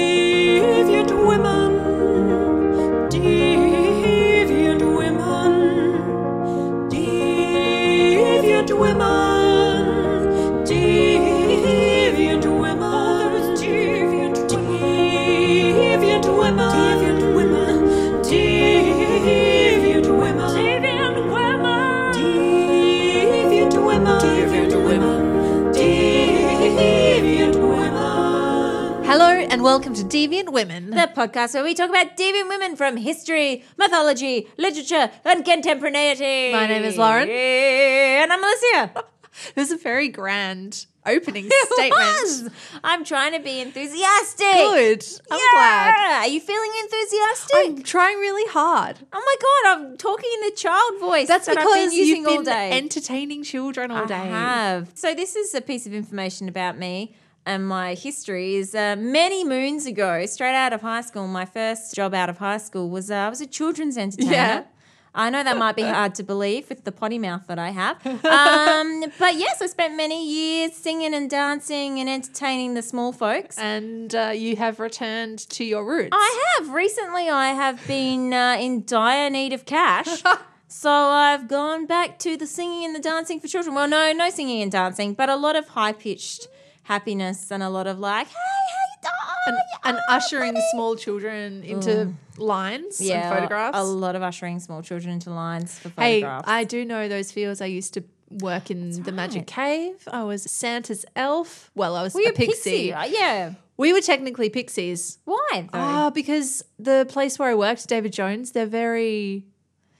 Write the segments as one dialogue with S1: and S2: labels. S1: Deviant women, deviant women, deviant women, deviant women, Oh, there's deviant, deviant women, deviant women, deviant women, deviant women, deviant women, deviant women, deviant women.
S2: Hello and welcome to Deviant Women.
S3: The podcast where we talk about deviant women from history, mythology, literature, and contemporaneity.
S2: My name is Lauren.
S3: And I'm Alicia.
S2: This is a very grand opening
S3: It was.
S2: statement.
S3: I'm trying to be enthusiastic.
S2: Good. I'm
S3: yeah.
S2: glad.
S3: Are you feeling
S2: I'm
S3: enthusiastic?
S2: trying really hard.
S3: oh my god, I'm talking in the child voice.
S2: That's
S3: that
S2: because
S3: I've been using
S2: you've been
S3: all day.
S2: entertaining children all
S3: I
S2: day.
S3: have. So this is a piece of information about me and my history is uh, many moons ago, straight out of high school, my first job out of high school was uh, I was a children's entertainer.
S2: Yeah.
S3: I know that might be hard to believe with the potty mouth that I have. Um, but yes, I spent many years singing and dancing and entertaining the small folks.
S2: And uh, you have returned to your roots.
S3: I have. Recently, I have been uh, in dire need of cash. So I've gone back to the singing and the dancing for children. Well, no, no singing and dancing, but a lot of high pitched happiness and a lot of like, hey, how you
S2: and,
S3: doing?
S2: and
S3: Oh,
S2: ushering
S3: buddy."
S2: small children into lines
S3: yeah,
S2: and photographs.
S3: A lot of ushering small children into lines for
S2: Hey,
S3: photographs.
S2: I do know those fields. I used to work in the Magic Cave. I was Santa's elf. Well, I was
S3: Were you
S2: a pixie.
S3: right? Yeah.
S2: We were technically pixies.
S3: Why though?
S2: Ah, because the place where I worked, David Jones, they're very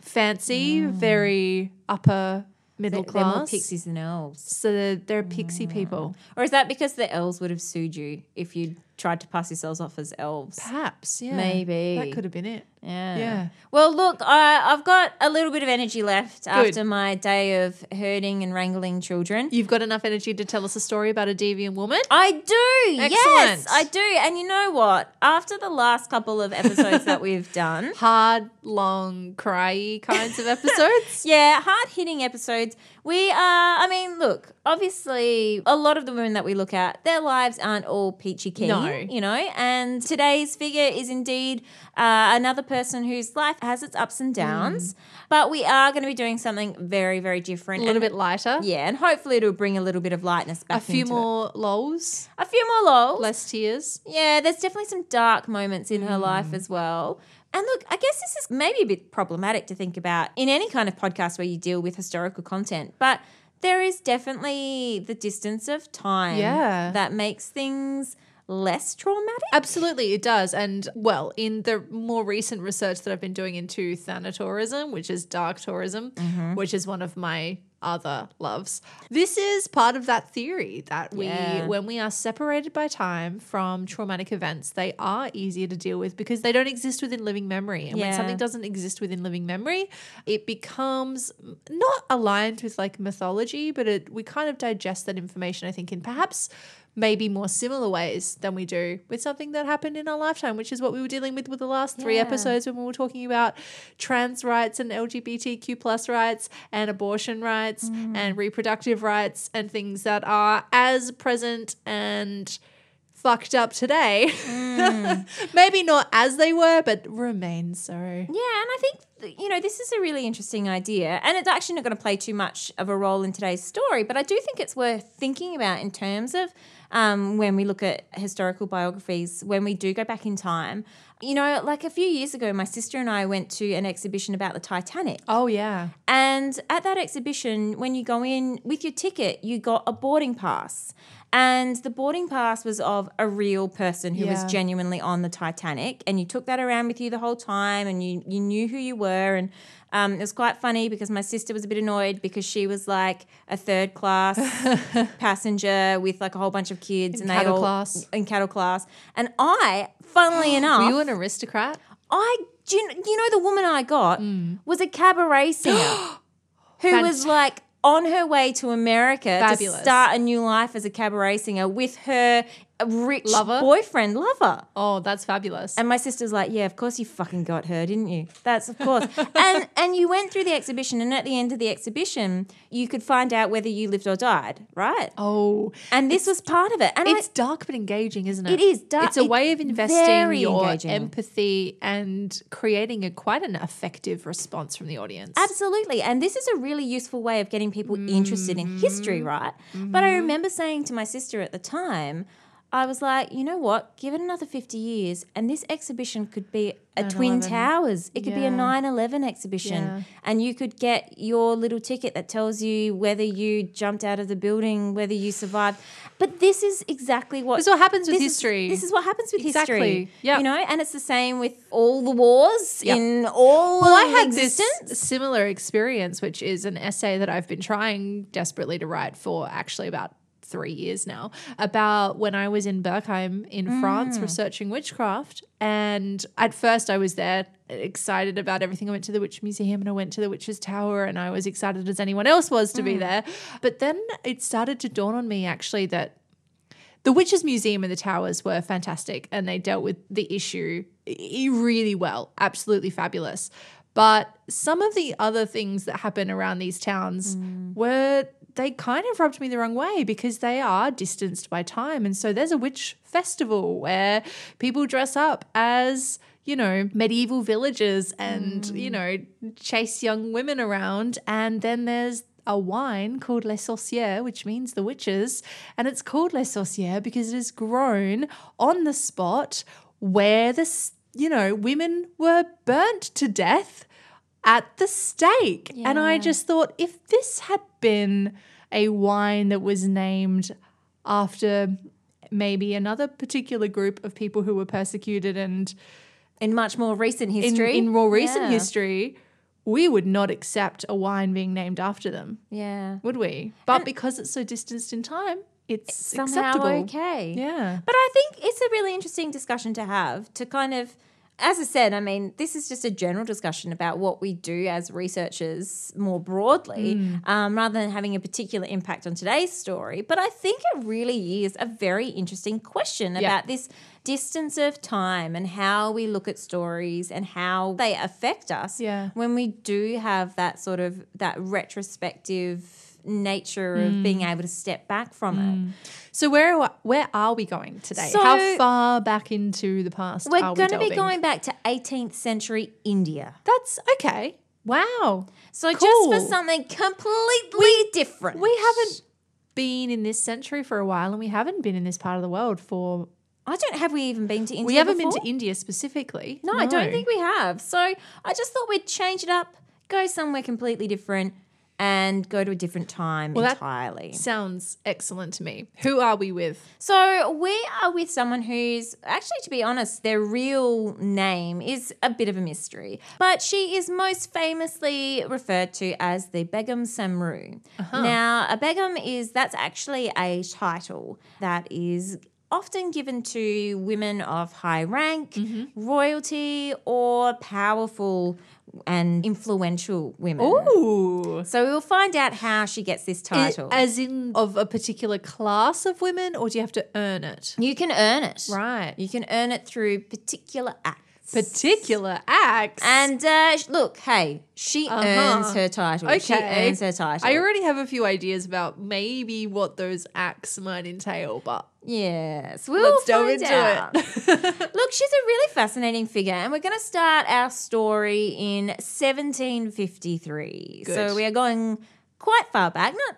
S2: fancy, very upper
S3: Mm. They-
S2: middle
S3: they're
S2: class.
S3: more Mm. pixies than elves.
S2: So they're, they're pixie people.
S3: Or is that because the elves would have sued you if you tried to pass yourselves off as elves?
S2: Perhaps, yeah.
S3: Maybe.
S2: That could have been it.
S3: Yeah.
S2: Yeah.
S3: Well, look, I, I've got a little bit of energy left after my day of herding and wrangling children.
S2: You've got enough energy to tell us a story about a deviant woman?
S3: I do. Yes,
S2: Excellent.
S3: I do. And you know what? After the last couple of episodes that we've done,
S2: Hard, long, cryy kinds of episodes.
S3: yeah, hard hitting episodes, we are, I mean, look, obviously, a lot of the women that we look at, their lives aren't all peachy keen,
S2: No.
S3: you know? And today's figure is indeed uh, another person whose life has its ups and downs, but we are going to be doing something very, very
S2: Hmm.
S3: different.
S2: a little
S3: And
S2: bit lighter.
S3: Yeah, and hopefully it'll bring a little bit of lightness back.
S2: A few
S3: into it.
S2: more lols,
S3: a few more lols.
S2: less tears.
S3: Yeah, there's definitely some dark moments in her life as well. And look, I guess this is maybe a bit problematic to think about in any kind of podcast where you deal with historical content, but there is definitely the distance of time
S2: Yeah.
S3: that makes things less traumatic.
S2: Absolutely, it does. And well, in the more recent research that I've been doing into thanatourism, which is dark tourism,
S3: Mm-hmm.
S2: which is one of my other loves, this is part of that theory that we,
S3: Yeah.
S2: when we are separated by time from traumatic events, they are easier to deal with because they don't exist within living memory. And when
S3: Yeah.
S2: something doesn't exist within living memory, it becomes not aligned with like mythology, but it we kind of digest that information, I think, in perhaps maybe more similar ways than we do with something that happened in our lifetime, which is what we were dealing with with the last three
S3: Yeah.
S2: episodes when we were talking about trans rights and LGBTQ plus rights and abortion rights
S3: Mm.
S2: and reproductive rights and things that are as present and fucked up today.
S3: Mm.
S2: Maybe not as they were, but remain so.
S3: Yeah, and I think th- you know this is a really interesting idea, and it's actually not going to play too much of a role in today's story, but I do think it's worth thinking about in terms of um, when we look at historical biographies, when we do go back in time. You know, like a few years ago, my sister and I went to an exhibition about the Titanic,
S2: Oh, yeah.
S3: and at that exhibition, when you go in with your ticket, you got a boarding pass. And the boarding pass was of a real person who was
S2: Yeah.
S3: genuinely on the Titanic. And you took that around with you the whole time and you, you knew who you were. And um, it was quite funny because my sister was a bit annoyed because she was like a third class passenger with like a whole bunch of kids. and
S2: cattle
S3: they all,
S2: class.
S3: In cattle class. And I, funnily enough.
S2: Were you an aristocrat?
S3: I do you, you know the woman I got was a cabaret singer who was
S2: Mm. Fant-
S3: like on her way to America
S2: Fabulous.
S3: to start a new life as a cabaret singer with her a rich
S2: Lover?
S3: boyfriend lover.
S2: Oh, that's fabulous.
S3: And my sister's like, yeah, of course you fucking got her, didn't you? That's of course. and and you went through the exhibition, and at the end of the exhibition, you could find out whether you lived or died, right?
S2: oh,
S3: and this was part of it. And
S2: it's
S3: I,
S2: dark but engaging, isn't it?
S3: It is dark.
S2: It's a
S3: It's
S2: way of investing
S3: very
S2: your
S3: engaging.
S2: empathy and creating a quite an effective response from the audience.
S3: Absolutely. And this is a really useful way of getting people interested in history,
S2: Mm-hmm.
S3: right? But I remember saying to my sister at the time, I was like, you know what? Give it another 50 years, and this exhibition could be a Twin
S2: 9/11.
S3: Towers. It could be a
S2: Yeah.
S3: 9 11 exhibition.
S2: Yeah.
S3: And you could get your little ticket that tells you whether you jumped out of the building, whether you survived. But this is exactly what.
S2: This is what happens with
S3: this is-
S2: history.
S3: this is what happens with
S2: Exactly.
S3: history.
S2: Yep.
S3: You know, and it's the same with all the wars
S2: Yep.
S3: in all
S2: Well, I
S3: of
S2: had
S3: existence.
S2: this similar experience, which is an essay that I've been trying desperately to write for actually about three years now, about when I was in Berkheim in France researching witchcraft. And at first, I was there excited about everything. I went to the Witch Museum and I went to the Witch's Tower, and I was excited as anyone else was to be there. But then it started to dawn on me actually that the Witches Museum and the Towers were fantastic and they dealt with the issue i- really well. Absolutely fabulous. But some of the other things that happen around these towns were they kind of rubbed me the wrong way because they are distanced by time. And so there's a witch festival where people dress up as you know, medieval villages and, you know, chase young women around. And then there's a wine called Les Sorcières, which means the witches. And it's called Les Sorcières because it is grown on the spot where the, s- you know, women were burnt to death at the stake. And I just thought, if this had been a wine that was named after maybe another particular group of people who were persecuted and
S3: in much more recent
S2: in,
S3: history.
S2: in more recent
S3: Yeah.
S2: history, we would not accept a wine being named after them,
S3: Yeah.
S2: would we? But because it's so distanced in time, it's,
S3: Somehow
S2: acceptable.
S3: okay.
S2: Yeah.
S3: But I think it's a really interesting discussion to have to kind of, as I said, I mean, this is just a general discussion about what we do as researchers more broadly
S2: Mm.
S3: um, rather than having a particular impact on today's story. But I think it really is a very interesting question about this distance of time and how we look at stories and how they affect us
S2: Yeah.
S3: when we do have that sort of that retrospective nature
S2: Mm.
S3: of being able to step back from it.
S2: So where are- where are we going today?
S3: So-
S2: How far back into the past
S3: We're
S2: are we
S3: going to be
S2: delving?
S3: going back to 18th century India.
S2: That's okay. Wow.
S3: So just
S2: Cool.
S3: for something completely different.
S2: We haven't been in this century for a while and we haven't been in this part of the world for
S3: I don't have we even been to India.
S2: we haven't
S3: before?
S2: been to India specifically.
S3: No, I don't think we have. So I just thought we'd change it up, go somewhere completely different, and go to a different time
S2: that-
S3: entirely.
S2: Sounds excellent to me. Who are we with?
S3: So we are with someone who's actually, to be honest, their real name is a bit of a mystery, but she is most famously referred to as the Begum Samru.
S2: Uh-huh.
S3: Now, a Begum is that's actually a title that is. Often given to women of high rank,
S2: Mm-hmm.
S3: royalty, or powerful and influential women.
S2: Ooh.
S3: So we'll find out how she gets this title.
S2: As in of a particular class of women, or do you have to earn it?
S3: you can earn it.
S2: Right.
S3: You can earn it through particular acts.
S2: Particular acts.
S3: and uh, sh- look, hey, she
S2: Uh-huh.
S3: earns her title. She earns her title.
S2: I already have a few ideas about maybe what those acts might entail, but
S3: yes, we'll
S2: let's delve
S3: find
S2: into
S3: out.
S2: it.
S3: Look, she's a really fascinating figure, and we're going to start our story in 1753.
S2: Good.
S3: So we are going quite far back, not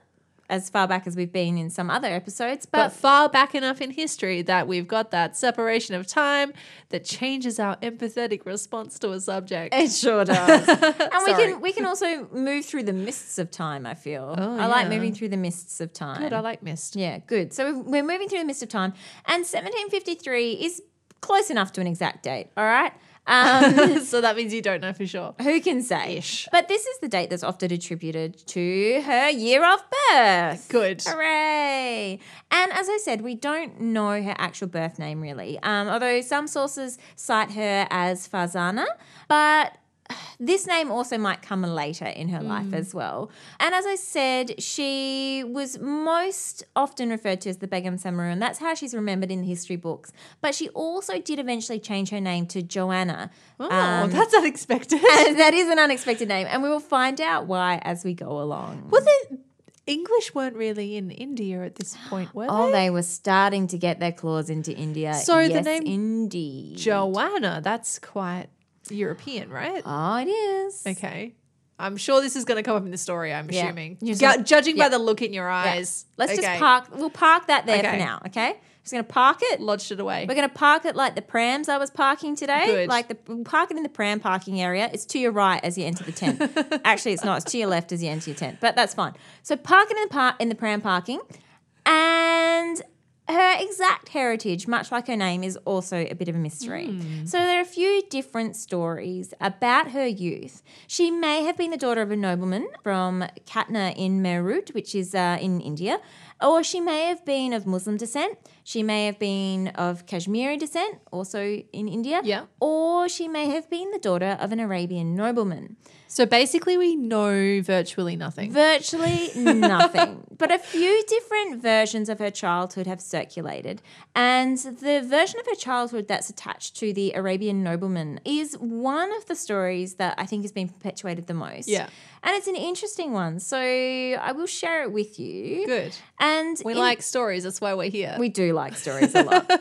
S3: as far back as we've been in some other episodes,
S2: but far back enough in history that we've got that separation of time that changes our empathetic response to a subject.
S3: It sure does. and we
S2: Sorry.
S3: can we can also move through the mists of time, I feel.
S2: Oh,
S3: I like
S2: yeah.
S3: moving through the mists of time.
S2: Good, I like mist.
S3: yeah, good. So we've- we're moving through the mist of time and 1753 is close enough to an exact date, all right? Um,
S2: so that means you don't know for sure.
S3: who can say? But this is the date that's often attributed to her year of birth.
S2: Good.
S3: Hooray! And as I said, we don't know her actual birth name really, um, although some sources cite her as Farzana, but this name also might come later in her life as well. And as I said, she was most often referred to as the Begum Samaru, and that's how she's remembered in the history books. But she also did eventually change her name to Joanna.
S2: Oh,
S3: Um,
S2: that's unexpected.
S3: and that is an unexpected name, and we will find out why as we go along.
S2: Well, the English weren't really in India at this point, were
S3: Oh,
S2: they?
S3: they were starting to get their claws into India.
S2: So the
S3: Yes,
S2: name
S3: Indy.
S2: Joanna, that's quite European, right?
S3: Oh, it is.
S2: Okay. I'm sure this is going to come up in the story, I'm
S3: Yeah.
S2: assuming.
S3: You're
S2: Ju-
S3: just-
S2: judging
S3: yeah.
S2: by the look in your
S3: Yeah.
S2: eyes.
S3: Let's
S2: Okay.
S3: just park. We'll park that there for
S2: Okay.
S3: now. Okay. Just gonna park it.
S2: Lodged it away.
S3: We're going to park it like the prams I was parking today.
S2: Good.
S3: Like the we'll park it in the pram parking area. It's to your right as you enter the tent. Actually, it's not. It's to your left as you enter your tent. But that's fine. So park it in the par- in the pram parking, and her exact heritage, much like her name, is also a bit of a mystery. So there are a few different stories about her youth. She may have been the daughter of a nobleman from Katna in Meerut, which is uh, in India, or she may have been of Muslim descent. She may have been of Kashmiri descent, also in India.
S2: Yeah.
S3: Or she may have been the daughter of an Arabian nobleman.
S2: So basically, we know virtually nothing.
S3: Virtually nothing. but a few different versions of her childhood have circulated. And the version of her childhood that's attached to the Arabian nobleman is one of the stories that I think has been perpetuated the most.
S2: Yeah.
S3: And it's an interesting one. So I will share it with you.
S2: Good.
S3: And
S2: We
S3: in-
S2: like stories. That's why we're here.
S3: we do like stories a lot.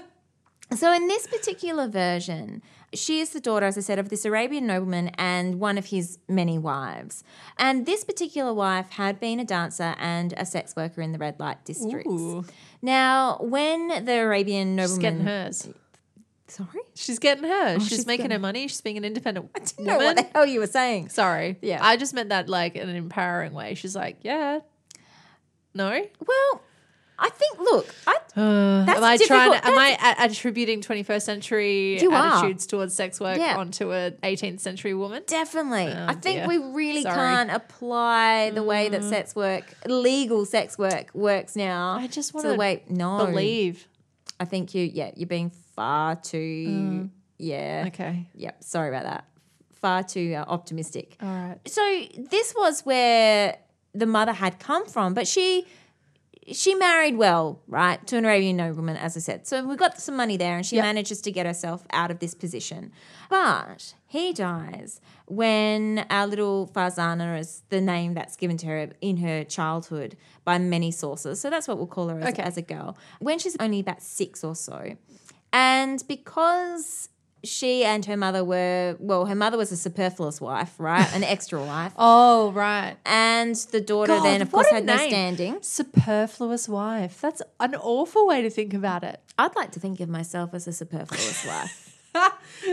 S3: So in this particular version, she is the daughter, as I said, of this Arabian nobleman and one of his many wives. And this particular wife had been a dancer and a sex worker in the red light districts.
S2: Ooh.
S3: Now, when the Arabian
S2: She's getting
S3: nobleman,
S2: hers.
S3: sorry,
S2: She's getting hers. Oh, she's,
S3: she's
S2: making
S3: getting-
S2: her money. She's being an independent
S3: no,
S2: woman.
S3: what the hell you were saying?
S2: Sorry.
S3: Yeah.
S2: I just meant that like in an empowering way. She's like, yeah. No?
S3: Well, I think, look, I
S2: Uh,
S3: That's
S2: am I trying?
S3: difficult.
S2: To, am I a- attributing 21st century
S3: You are.
S2: attitudes towards sex work
S3: Yeah.
S2: onto an 18th century woman?
S3: Definitely. I think
S2: Oh, dear.
S3: we really
S2: Sorry. Mm.
S3: can't apply the way that sex work, legal sex work, works now.
S2: I just
S3: to
S2: wanna
S3: the way no.
S2: Believe.
S3: I think you. Yeah, you're being far too. Yeah.
S2: Okay.
S3: Yep. Sorry about that. Far too uh, optimistic.
S2: All right.
S3: So this was where the mother had come from, but she she married well, right, to an Arabian nobleman, as I said. So we got some money there, and she manages to get herself out of this position. But he dies when our little Farzana is the name that's given to her in her childhood by many sources. So that's what we'll call her as,
S2: Okay.
S3: as a girl when she's only about six or so. And because she and her mother were, well, her mother was a superfluous wife, right? An extra wife.
S2: Oh, right.
S3: And the daughter
S2: God,
S3: then, of
S2: what
S3: course,
S2: a
S3: had no
S2: name.
S3: standing.
S2: Superfluous wife. That's an awful way to think about it.
S3: I'd like to think of myself as a superfluous wife.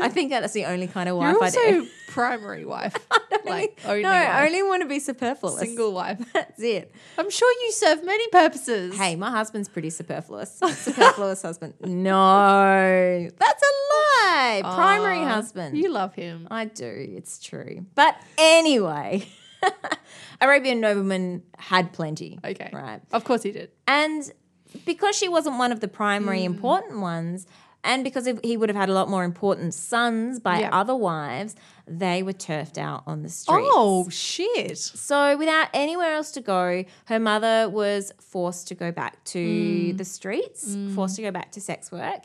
S3: I think that's the only kind of wife
S2: You're
S3: I'd
S2: also primary wife. like only
S3: no,
S2: wife.
S3: I only want to be superfluous.
S2: single wife.
S3: That's it.
S2: I'm sure you serve many purposes.
S3: Hey, my husband's pretty superfluous. Superfluous husband. No, that's a lie. Primary
S2: Aw,
S3: husband.
S2: You love him.
S3: I do. It's true. But anyway, Arabian nobleman had plenty.
S2: Okay.
S3: Right.
S2: Of course he did.
S3: And because she wasn't one of the primary
S2: Mm.
S3: important ones, and because if- he would have had a lot more important sons by
S2: Yeah.
S3: other wives, they were turfed out on the streets.
S2: Oh, shit.
S3: So, without anywhere else to go, her mother was forced to go back to
S2: Mm.
S3: the streets, forced to go back to sex work.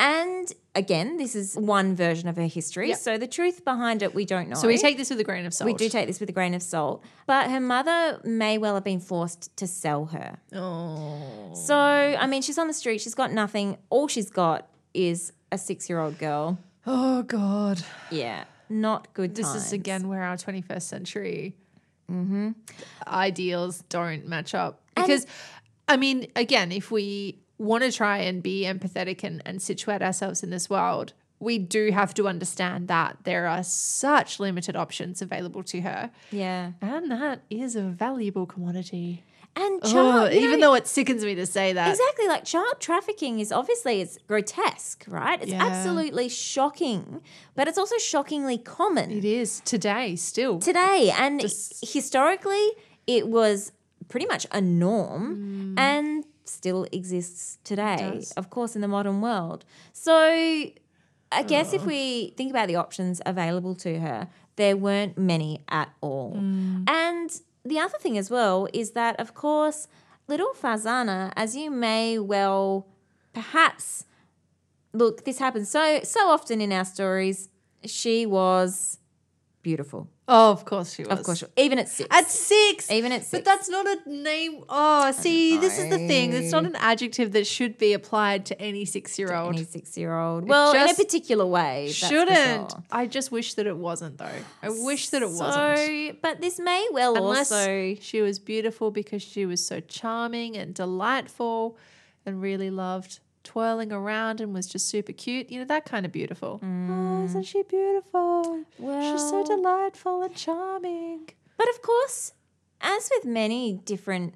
S3: And again, this is one version of her history. So, the truth behind it, we don't know.
S2: So we take this with a grain of salt.
S3: We do take this with a grain of salt. But her mother may well have been forced to sell her.
S2: Oh.
S3: So, I mean, she's on the street, she's got nothing. All she's got is a six year old girl.
S2: Oh, God.
S3: Yeah. Not good
S2: This
S3: times.
S2: is again where our 21st century Mm-hmm. ideals don't match up. Because, I mean, again, if we want to try and be empathetic and, and situate ourselves in this world, we do have to understand that there are such limited options available to her.
S3: Yeah.
S2: And that is a valuable commodity.
S3: And
S2: Oh,
S3: child, you
S2: even
S3: know,
S2: though it sickens me to say that.
S3: Exactly, like child trafficking is obviously it's grotesque, right? It's
S2: Yeah.
S3: absolutely shocking, but it's also shockingly common.
S2: It is today still.
S3: today. And historically, it was pretty much a norm and still exists today,
S2: does.
S3: of course, in the modern world. So I guess if we think about the options available to her, there weren't many at all. And the other thing as well is that, of course, little Farzana, as you may well perhaps look, this happens so so often in our stories. She was beautiful,
S2: Oh, of course she was.
S3: of course, even at six.
S2: At six.
S3: Even at six.
S2: But that's not a name. Oh, see, this is the thing. It's not an adjective that should be applied to any six year old.
S3: Any six-year-old. Well, in a
S2: just
S3: particular way, that's for
S2: Shouldn't.
S3: sure.
S2: I just wish that it wasn't, though. I wish that it
S3: So-
S2: wasn't.
S3: But this may well
S2: Unless
S3: also
S2: she was beautiful because she was so charming and delightful and really loved twirling around and was just super cute. You know, that kind of beautiful. Oh, isn't she beautiful? She's so
S3: Mm. Well-
S2: delightful and charming.
S3: But of course, as with many different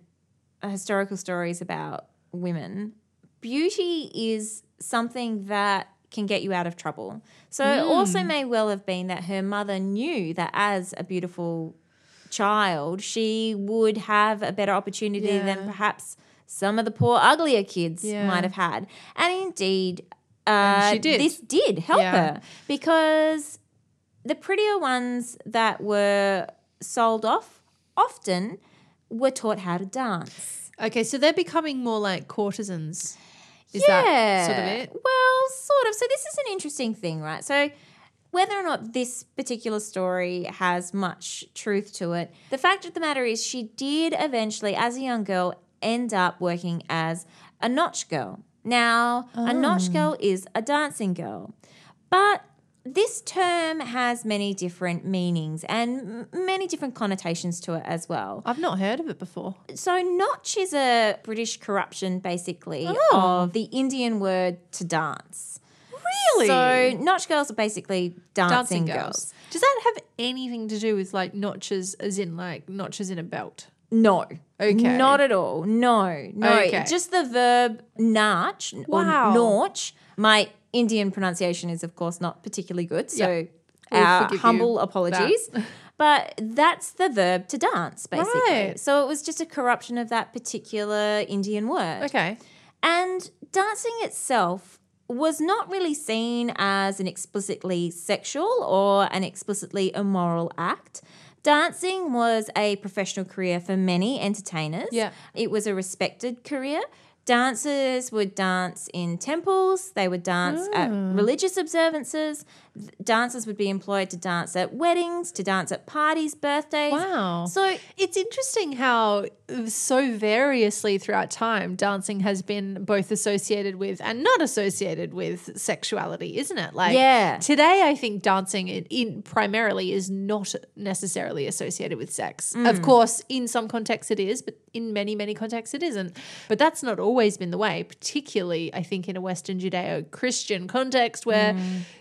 S3: uh, historical stories about women, beauty is something that can get you out of trouble. So it
S2: Hmm.
S3: also may well have been that her mother knew that as a beautiful child, she would have a better opportunity
S2: Yeah.
S3: than perhaps some of the poor, uglier kids
S2: Yeah.
S3: might have had. And indeed, uh,
S2: she did.
S3: this did help
S2: Yeah.
S3: her because the prettier ones that were sold off often were taught how to dance.
S2: Okay, so they're becoming more like courtesans. Is that sort of it?
S3: Well, sort of. So this is an interesting thing, right? So whether or not this particular story has much truth to it, the fact of the matter is she did eventually, as a young girl, end up working as a notch girl. Now, a
S2: Oh.
S3: notch girl is a dancing girl. But this term has many different meanings and m- many different connotations to it as well.
S2: I've not heard of it before.
S3: So, notch is a British corruption, basically,
S2: Oh.
S3: of the Indian word to dance.
S2: Really?
S3: So, notch girls are basically dancing, girls.
S2: Does that have anything to do with like notches, as in like notches in a belt?
S3: No.
S2: Okay.
S3: Not at all. No. No.
S2: Okay.
S3: Just the verb notch or
S2: Wow.
S3: notch. My Indian pronunciation is, of course, not particularly good. So,
S2: Yeah. We'll
S3: our
S2: forgive you
S3: humble
S2: that.
S3: apologies. But that's the verb to dance, basically.
S2: Right.
S3: So, it was just a corruption of that particular Indian word.
S2: Okay.
S3: And dancing itself was not really seen as an explicitly sexual or an explicitly immoral act. Dancing was a professional career for many entertainers.
S2: Yeah.
S3: It was a respected career. Dancers would dance in temples, they would dance at
S2: Hmm.
S3: religious observances. Th- Dancers would be employed to dance at weddings, to dance at parties, birthdays.
S2: Wow.
S3: So
S2: It's interesting how uh, so variously throughout time dancing has been both associated with and not associated with sexuality, isn't it? Like
S3: Yeah.
S2: today I think dancing in, in primarily is not necessarily associated with sex. Of course, in some contexts it is, but in many many contexts it isn't. But that's not always been the way, particularly I think in a western judeo-Christian context where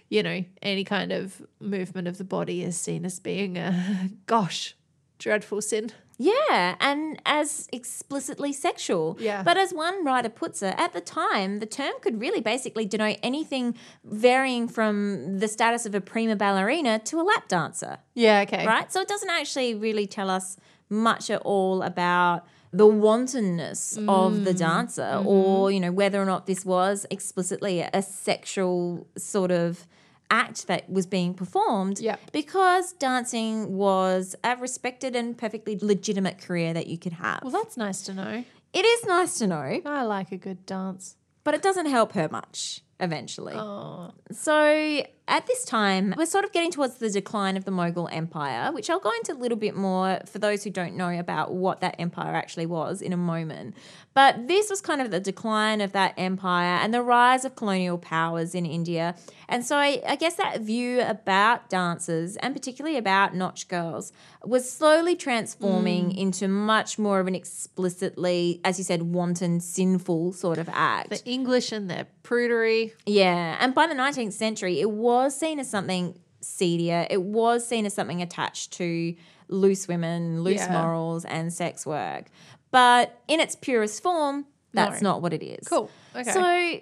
S2: you know, any kind of movement of the body is seen as being a gosh dreadful sin.
S3: Yeah, and as explicitly sexual.
S2: Yeah.
S3: But as one writer puts it, at the time, the term could really basically denote anything varying from the status of a prima ballerina to a lap dancer,
S2: Yeah, okay.
S3: right? So it doesn't actually really tell us much at all about the wantonness of the dancer or, you know, whether or not this was explicitly a sexual sort of act that was being performed
S2: Yep.
S3: because dancing was a respected and perfectly legitimate career that you could have.
S2: Well, that's nice to know.
S3: it is nice to know,
S2: I like a good dance.
S3: but it doesn't help her much eventually.
S2: Oh,
S3: So at this time, we're sort of getting towards the decline of the Mughal Empire, which I'll go into a little bit more for those who don't know about what that empire actually was in a moment. But this was kind of the decline of that empire and the rise of colonial powers in India. And so I, I guess that view about dancers and particularly about Notch Girls was slowly transforming into much more of an explicitly, as you said, wanton, sinful sort of act.
S2: the English and their prudery.
S3: Yeah, and by the 19th century, it was seen as something seedier. It was seen as something attached to loose women, loose
S2: Yeah.
S3: morals, and sex work. But in its purest form, that's
S2: No.
S3: not what it is.
S2: Cool. Okay.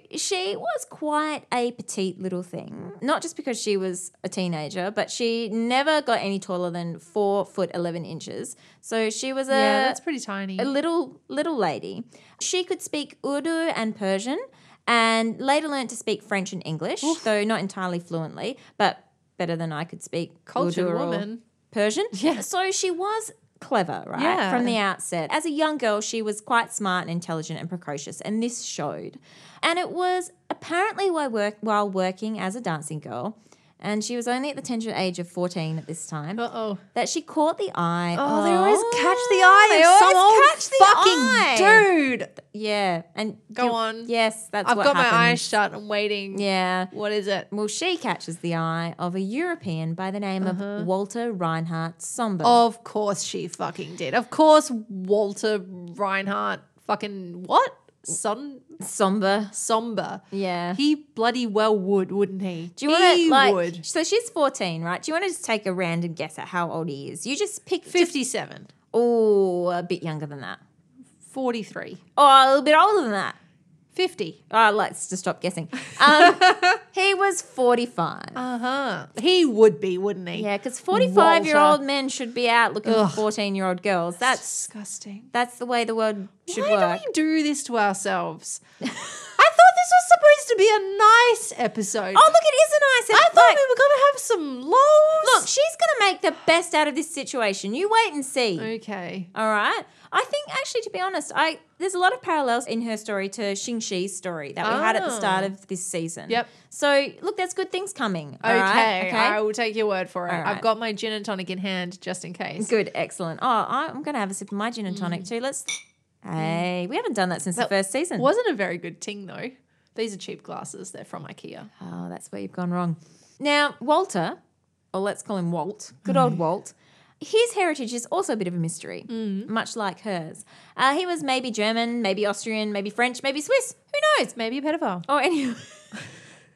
S3: So she was quite a petite little thing, not just because she was a teenager, but she never got any taller than four foot eleven inches. So she was a
S2: yeah, that's pretty tiny.
S3: a little little lady. She could speak Urdu and Persian, and later learnt to speak French and English, though not entirely fluently, but better than I could speak
S2: Cultured
S3: Urdu or
S2: woman.
S3: Persian.
S2: Yeah.
S3: So she was clever, right?
S2: Yeah.
S3: From the outset. As a young girl, she was quite smart and intelligent and precocious, and this showed. And it was apparently while, work- while working as a dancing girl, and she was only at the tender age of 14 at this time,
S2: Uh oh.
S3: that she caught the eye.
S2: Oh, they always catch the eye
S3: They
S2: of
S3: always
S2: some old
S3: catch the eye.
S2: fucking dude.
S3: Yeah. And
S2: Go on.
S3: Yes, that's
S2: I've
S3: what
S2: got my eyes
S3: happens.
S2: shut. I'm waiting.
S3: Yeah.
S2: What is it?
S3: Well, she catches the eye of a European by the name
S2: Uh-huh.
S3: of Walter Reinhardt Somber.
S2: Of course she fucking did. Of course Walter Reinhardt fucking what? Son
S3: Somber.
S2: somber.
S3: Yeah.
S2: He bloody well would, wouldn't he?
S3: Do you want
S2: he
S3: to like?
S2: would.
S3: So she's fourteen, right? Do you want to just take a random guess at how old he is? You just pick.
S2: Fifty-seven.
S3: Oh, a bit younger than that.
S2: 43.
S3: Oh, a little bit older than that.
S2: 50.
S3: Oh, let's just stop guessing. Um, he was forty-five.
S2: Uh-huh. He would be, wouldn't he?
S3: yeah, because forty-five-year-old men should be out looking for fourteen-year-old girls. That's
S2: disgusting.
S3: that's the way the world should
S2: Why
S3: work.
S2: do we do this to ourselves? I thought this was supposed to be a nice episode.
S3: Oh, look, it is a nice.
S2: I
S3: it's
S2: thought
S3: like-
S2: we were going to have some lows.
S3: Look, she's gonna make the best out of this situation. You wait and see.
S2: Oh, Okay.
S3: All right. I think actually, to be honest, I there's a lot of parallels in her story to Xing Shi's story that we had at the
S2: Oh.
S3: start of this season.
S2: Yep.
S3: So look, there's good things coming. all
S2: Okay,
S3: right?
S2: I will take your word for it.
S3: All
S2: I've
S3: right.
S2: got my gin and tonic in hand just in case.
S3: Good. Excellent. Oh, I- I'm gonna have a sip of my gin and tonic too. Let's.
S2: Mm.
S3: Hey, we haven't done that since the first season.
S2: Wasn't a very good ting though. These are cheap glasses. They're from IKEA.
S3: Oh, that's where you've gone wrong. Now, Walter, or let's call him Walt, good
S2: Mm.
S3: old Walt, his heritage is also a bit of a mystery,
S2: Mm.
S3: much like hers. Uh, he was maybe German, maybe Austrian, maybe French, maybe Swiss. Who knows?
S2: Maybe a pedophile.
S3: Or any,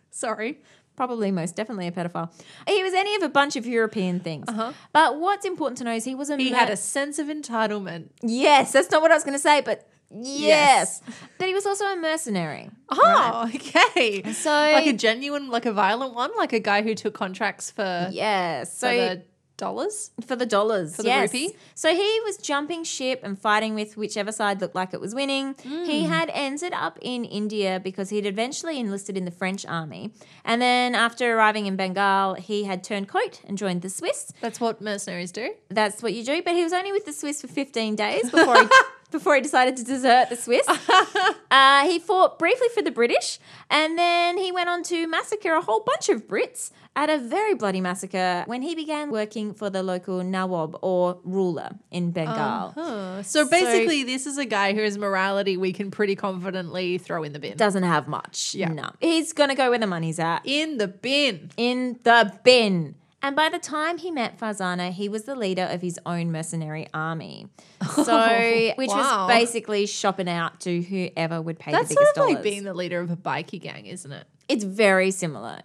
S2: Sorry.
S3: probably most definitely a pedophile. He was any of a bunch of European things. But what's important to know is he was a
S2: Uh-huh. He
S3: mer-
S2: had a sense of entitlement.
S3: yes. That's not what I was going to say, but
S2: Yes.
S3: yes. but he was also a mercenary.
S2: Oh, okay.
S3: So
S2: like a genuine, like a violent one, like a guy who took contracts for,
S3: yes. So
S2: for the dollars.
S3: For the dollars. For
S2: the rupee?
S3: So he was jumping ship and fighting with whichever side looked like it was winning. He
S2: Mm.
S3: had ended up in India because he'd eventually enlisted in the French army. And then after arriving in Bengal, he had turned coat and joined the Swiss.
S2: That's what mercenaries do.
S3: That's what you do. But he was only with the Swiss for 15 days before he. Before he decided to desert the Swiss, uh, he fought briefly for the British and then he went on to massacre a whole bunch of Brits at a very bloody massacre when he began working for the local Nawab or ruler in Bengal.
S2: Huh. So basically, this is a guy whose morality we can pretty confidently throw in the bin.
S3: Doesn't have much.
S2: Yeah.
S3: No. He's going to go where the money's at.
S2: in the bin.
S3: in the bin. And by the time he met Farzana, he was the leader of his own mercenary army. So, which
S2: wow.
S3: was basically shopping out to whoever would pay
S2: That's
S3: the
S2: sort
S3: biggest
S2: of like
S3: dollars.
S2: being the leader of a bikie gang, isn't it?
S3: it's very similar.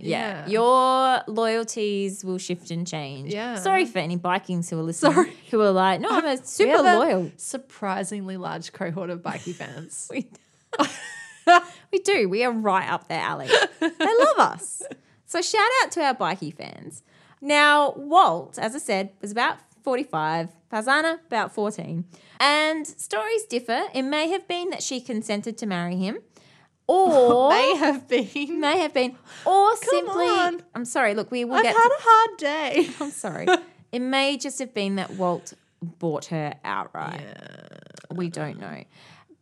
S2: Yeah.
S3: Yeah. Your loyalties will shift and change.
S2: Yeah.
S3: Sorry for any Vikings who are listening
S2: Sorry.
S3: who are like, no, I'm
S2: We
S3: a super
S2: have a
S3: loyal.
S2: Surprisingly large cohort of bikie fans.
S3: We, we do. We are right up their alley. They love us. So shout out to our bikey fans. Now, Walt, as I said, was about 45, Fazana about 14. And stories differ. It may have been that she consented to marry him. Or
S2: May have been.
S3: may have been or simply
S2: on.
S3: I'm sorry, look, we will
S2: I've
S3: get
S2: had a hard day.
S3: I'm sorry. it may just have been that Walt bought her outright. We don't know.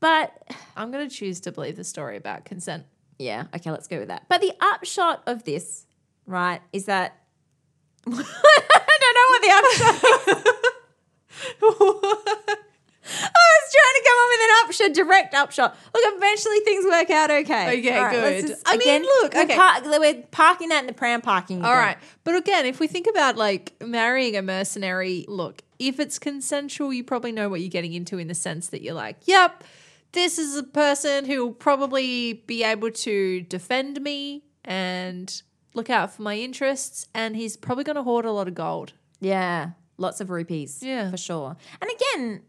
S3: But
S2: I'm going to choose to believe the story about consent.
S3: Yeah. Okay, let's go with that. But the upshot of this, right, is that I don't know what the upshot I was trying to come up with an upshot, direct upshot. Look, eventually things work out okay.
S2: Okay,
S3: All let's
S2: good. I mean, look,
S3: we're
S2: okay.
S3: par- we're parking that in the pram parking.
S2: All right. But again, if we think about like marrying a mercenary, look, if it's consensual, you probably know what you're getting into in the sense that you're like, yep, this is a person who will probably be able to defend me and look out for my interests. And he's probably going to hoard a lot of gold.
S3: Yeah, lots of rupees.
S2: Yeah.
S3: for sure. And again,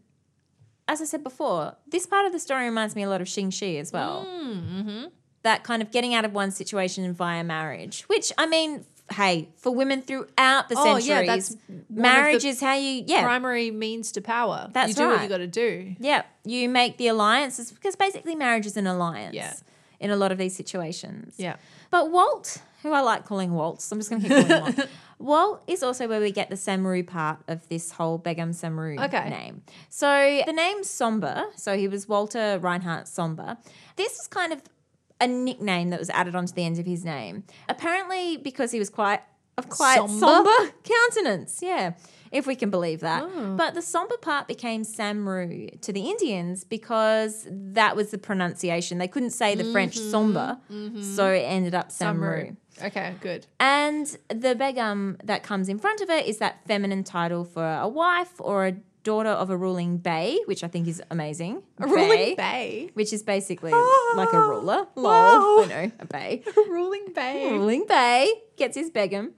S3: as I said before, this part of the story reminds me a lot of Xing Shi as well.
S2: Mm,
S3: Mm-hmm. That kind of getting out of one situation via marriage, which I mean, f- hey, for women throughout the
S2: Oh,
S3: centuries,
S2: yeah, that's one of
S3: marriage
S2: the
S3: is how you yeah
S2: Primary means to power.
S3: That's
S2: you do what you
S3: right.
S2: got to do.
S3: yeah you make the alliances because basically marriage is an alliance.
S2: Yeah.
S3: in a lot of these situations.
S2: Yeah.
S3: But Walt, who I like calling Waltz, I'm just going to keep calling him Walt. Walt is also where we get the Samaru part of this whole Begum Samaru
S2: Okay.
S3: name. So the name Somber, so he was Walter Reinhardt Somber. This was kind of a nickname that was added onto the end of his name. Apparently because he was quite of quite
S2: Somber?
S3: somber, countenance, yeah, if we can believe that.
S2: Oh.
S3: But the somber part became Samru to the Indians because that was the pronunciation. They couldn't say the French somber, so it ended up Samru.
S2: Mm-hmm. Samru. Okay, good.
S3: And the begum that comes in front of it is that feminine title for a wife or a daughter of a ruling bey, which I think is amazing.
S2: A ruling bay.
S3: Which is basically
S2: Ah,
S3: like a ruler. Lol.
S2: wow.
S3: I know, a bay.
S2: A ruling bay.
S3: ruling bay gets his begum.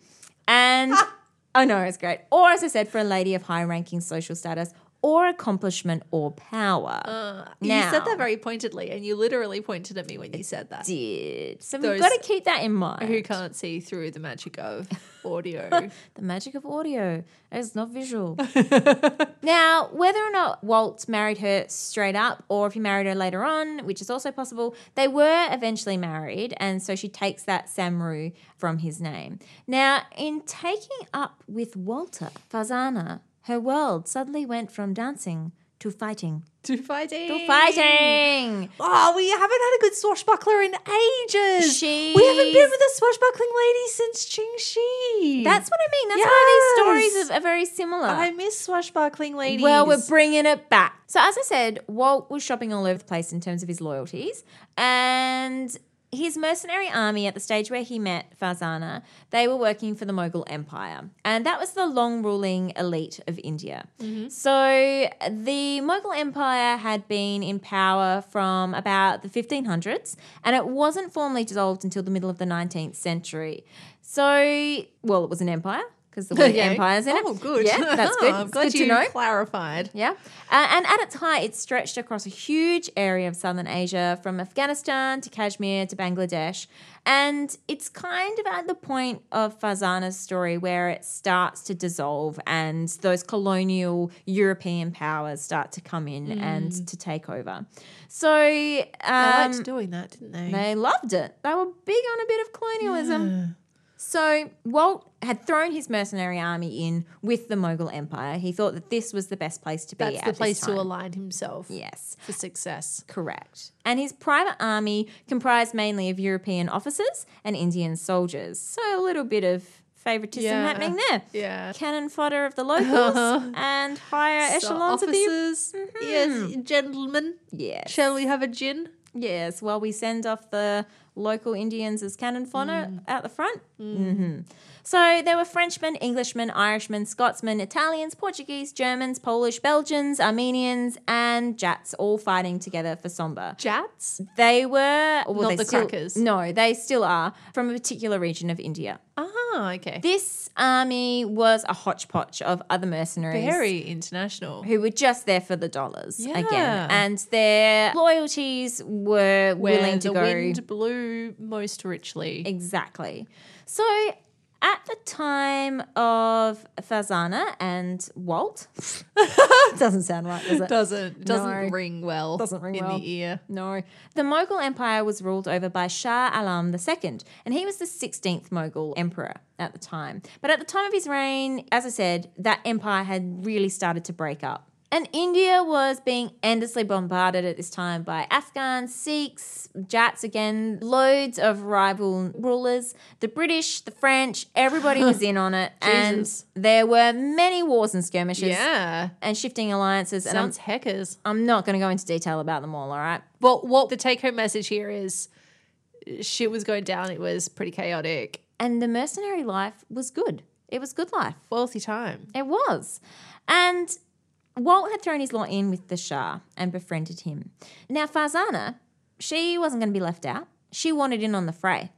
S3: And I know, it's great. Or, as I said, for a lady of high ranking social status or accomplishment or power.
S2: Uh, you said
S3: Now.
S2: that very pointedly, and you literally pointed at me when you said that.
S3: did. So
S2: Those-
S3: we've got to keep that in mind.
S2: Who can't see through the magic of audio?
S3: The magic of audio. It's not visual. now, whether or not Walt married her straight up or if he married her later on, which is also possible, they were eventually married. And so she takes that Samru from his name. Now, in taking up with Walter Fazana, her world suddenly went from dancing to fighting.
S2: to fighting.
S3: To fighting!
S2: Oh, we haven't had a good swashbuckler in ages.
S3: She.
S2: We haven't been with a swashbuckling lady since Ching Shi.
S3: That's what I mean. That's why these
S2: Yes.
S3: stories are, are very similar.
S2: I miss swashbuckling ladies.
S3: Well, we're bringing it back. So, as I said, Walt was shopping all over the place in terms of his loyalties. And his mercenary army, at the stage where he met Farzana, they were working for the Mughal Empire. And that was the long ruling elite of India. So, the Mughal Empire had been in power from about the 1500s, and it wasn't formally dissolved until the middle of the 19th century. So, well, it was an empire. Because the word
S2: Okay.
S3: empire's in it.
S2: Oh, good.
S3: Yeah, that's good.
S2: I'm
S3: It's
S2: glad
S3: good
S2: you
S3: to know.
S2: clarified.
S3: Yeah. Uh, and at its height, it stretched across a huge area of southern Asia from Afghanistan to Kashmir to Bangladesh. And it's kind of at the point of Farzana's story where it starts to dissolve and those colonial European powers start to come in and to take over. So, um,
S2: I liked doing that, didn't they?
S3: they loved it. They were big on a bit of colonialism. So Walt had thrown his mercenary army in with the Mughal Empire. He thought that this was the best place to be.
S2: That's
S3: at
S2: the
S3: this
S2: place to
S3: time.
S2: align himself
S3: Yes.
S2: for success.
S3: Correct. And his private army comprised mainly of European officers and Indian soldiers. So a little bit of favoritism
S2: Yeah.
S3: happening there.
S2: Yeah.
S3: Cannon fodder of the locals and higher
S2: So
S3: echelons of the. Mm-hmm.
S2: officers, yes, gentlemen.
S3: Yes.
S2: Shall we have a gin?
S3: Yes, well, we send off the local Indians as cannon fodder
S2: Mm.
S3: out the front. hmm So there were Frenchmen, Englishmen, Irishmen, Scotsmen, Italians, Portuguese, Germans, Polish, Belgians, Armenians, and Jats all fighting together for Somba.
S2: Jats?
S3: They were well,
S2: Not
S3: they
S2: the
S3: still-
S2: crackers.
S3: No, they still are from a particular region of India.
S2: Ah, okay.
S3: This army was a hodgepodge of other mercenaries
S2: Very international.
S3: who were just there for the dollars
S2: Yeah.
S3: again, and their loyalties were
S2: Where
S3: willing to
S2: the
S3: go
S2: wind blew most richly.
S3: Exactly. So at the time of Fazana and Walt, doesn't sound right, does it?
S2: Doesn't doesn't
S3: No.
S2: ring well.
S3: Doesn't ring
S2: in
S3: well.
S2: the ear.
S3: No. The Mughal Empire was ruled over by Shah Alam II, and he was the 16th Mughal emperor at the time. But at the time of his reign, as I said, that empire had really started to break up. And India was being endlessly bombarded at this time by Afghans, Sikhs, Jats again, loads of rival rulers, the British, the French, everybody was in on it. and
S2: Jesus.
S3: there were many wars and skirmishes
S2: Yeah,
S3: and shifting alliances. And I'm,
S2: sounds heckers.
S3: I'm not going to go into detail about them all, all right?
S2: Well, what the take home message here is, uh, shit was going down. It was pretty chaotic.
S3: And the mercenary life was good. It was good life.
S2: Wealthy time.
S3: It was. And Walt had thrown his lot in with the Shah and befriended him. Now, Farzana, she wasn't going to be left out. She wanted in on the fray.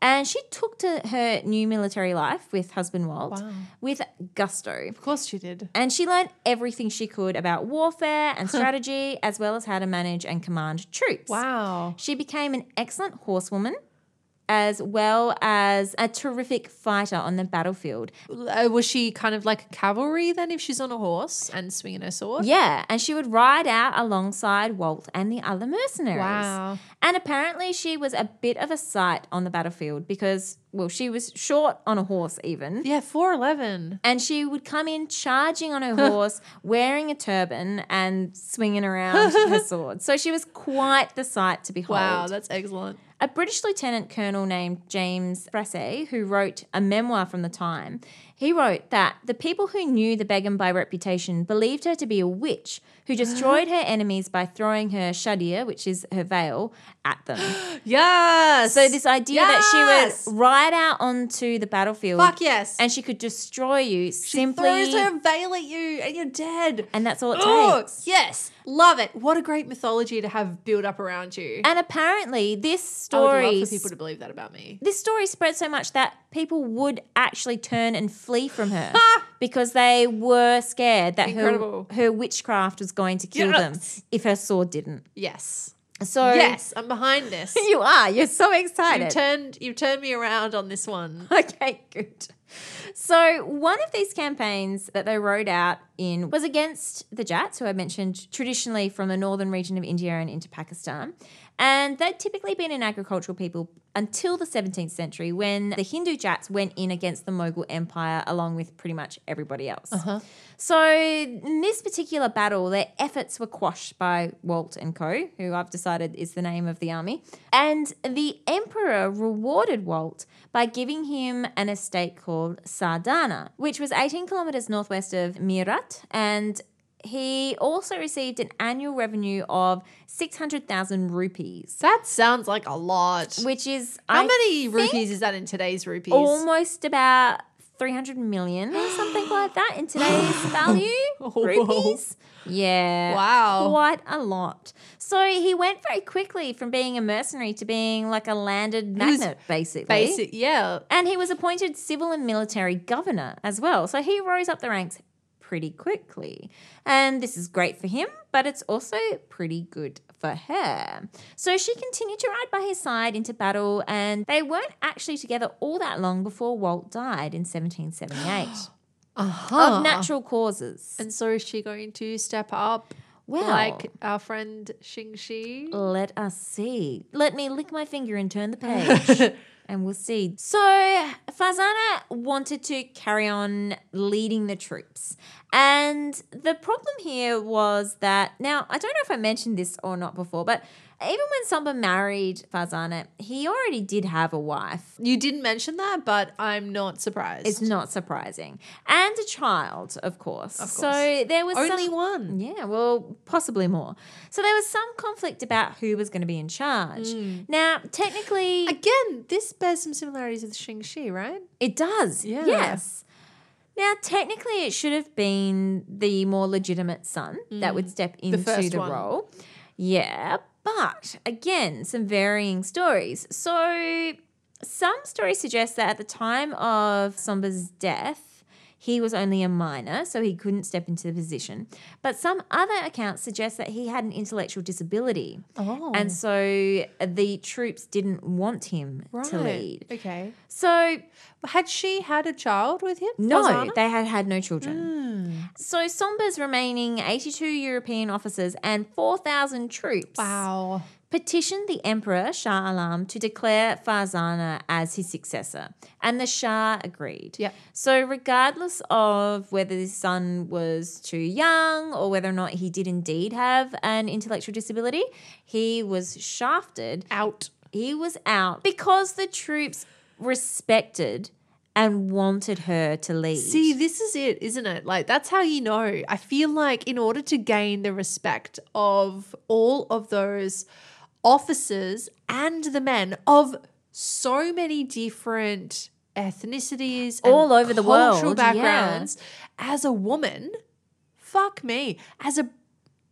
S3: And she took to her new military life with husband Walt with gusto.
S2: Of course she did.
S3: And she learned everything she could about warfare and strategy, as well as how to manage and command troops.
S2: Wow.
S3: She became an excellent horsewoman, as well as a terrific fighter on the battlefield.
S2: Uh, was she kind of like cavalry then if she's on a horse and swinging her sword?
S3: Yeah, and she would ride out alongside Walt and the other mercenaries.
S2: Wow.
S3: And apparently she was a bit of a sight on the battlefield because, well, she was short on a horse even.
S2: Yeah, 4'11.
S3: And she would come in charging on her horse, wearing a turban and swinging around her sword. So she was quite the sight to behold.
S2: Wow, that's excellent.
S3: A British lieutenant colonel named James Brassey, who wrote a memoir from the time, he wrote that the people who knew the Begum by reputation believed her to be a witch who destroyed her enemies by throwing her shadir, which is her veil, at them.
S2: Yes.
S3: So this idea that
S2: Yes!
S3: she would ride out onto the battlefield
S2: Fuck yes.
S3: and she could destroy you
S2: she
S3: simply,
S2: throws her veil at you and you're dead.
S3: and that's all it
S2: Oh,
S3: takes.
S2: yes. Love it. What a great mythology to have built up around you.
S3: And apparently, this
S2: I would
S3: story
S2: love for people to believe that about me.
S3: this story spread so much that people would actually turn and flee from her because they were scared that her,
S2: Incredible.
S3: her witchcraft was going to kill
S2: Yes.
S3: them if her sword didn't.
S2: Yes.
S3: So
S2: Yes, I'm behind this.
S3: you are. You're so
S2: You
S3: excited.
S2: turned you turned me around on this one.
S3: okay, good. So one of these campaigns that they rode out in was against the Jats, who I mentioned traditionally from the northern region of India and into Pakistan. And they'd typically been an agricultural people until the 17th century when the Hindu Jats went in against the Mughal Empire along with pretty much everybody else. So in this particular battle, their efforts were quashed by Walt and Co., who I've decided is the name of the army. And the emperor rewarded Walt by giving him an estate called Sardana, which was 18 kilometers northwest of Mirat. And he also received an annual revenue of 600,000 rupees,
S2: That sounds like a lot.
S3: which is
S2: How
S3: I
S2: many
S3: think,
S2: rupees is that in today's rupees?
S3: Almost about 300 million or something like that in today's value. Rupees. Yeah.
S2: Wow.
S3: Quite a lot. So he went very quickly from being a mercenary to being like a landed
S2: was
S3: magnate, basically.
S2: Basic, yeah.
S3: And he was appointed civil and military governor as well. So he rose up the ranks pretty quickly. And this is great for him, but it's also pretty good for her. So she continued to ride by his side into battle, and they weren't actually together all that long before Walt died in 1778
S2: Uh-huh.
S3: of natural causes.
S2: and so is she going to step up
S3: Well,
S2: like our friend Xing Shi?
S3: Let us see. Let me lick my finger and turn the page. and we'll see. So Farzana wanted to carry on leading the troops. And the problem here was that now I don't know if I mentioned this or not before, but even when Samba married Farzana, he already did have a wife.
S2: You didn't mention that, but I'm not surprised.
S3: It's not surprising. And a child, of course.
S2: Of
S3: So there was
S2: only
S3: some-
S2: one.
S3: yeah, well, possibly more. So there was some conflict about who was going to be in charge. Now, technically,
S2: Again, this bears some similarities with Xing Shi, right?
S3: it does.
S2: Yeah.
S3: Yes. Now, technically, it should have been the more legitimate son that would step into the,
S2: Mm. first one.
S3: role. Yeah, but again, some varying stories. So, some stories suggest that at the time of Somba's death, he was only a minor, so he couldn't step into the position. But some other accounts suggest that he had an intellectual disability.
S2: Oh.
S3: And so the troops didn't want him to lead.
S2: Okay.
S3: So
S2: Had she had a child with him?
S3: no,
S2: Farzana?
S3: they had had no children.
S2: Mm.
S3: So Somba's remaining 82 European officers and 4,000 troops
S2: Wow.
S3: petitioned the Emperor Shah Alam to declare Farzana as his successor, and the Shah agreed.
S2: Yep.
S3: So, regardless of whether his son was too young or whether or not he did indeed have an intellectual disability, he was shafted
S2: Out.
S3: he was out because the troops respected and wanted her to lead.
S2: See, this is it, isn't it? Like, that's how you know. I feel like, in order to gain the respect of all of those officers and the men of so many different ethnicities, and
S3: All over the
S2: cultural
S3: world, yeah.
S2: backgrounds, as a woman, fuck me. As a,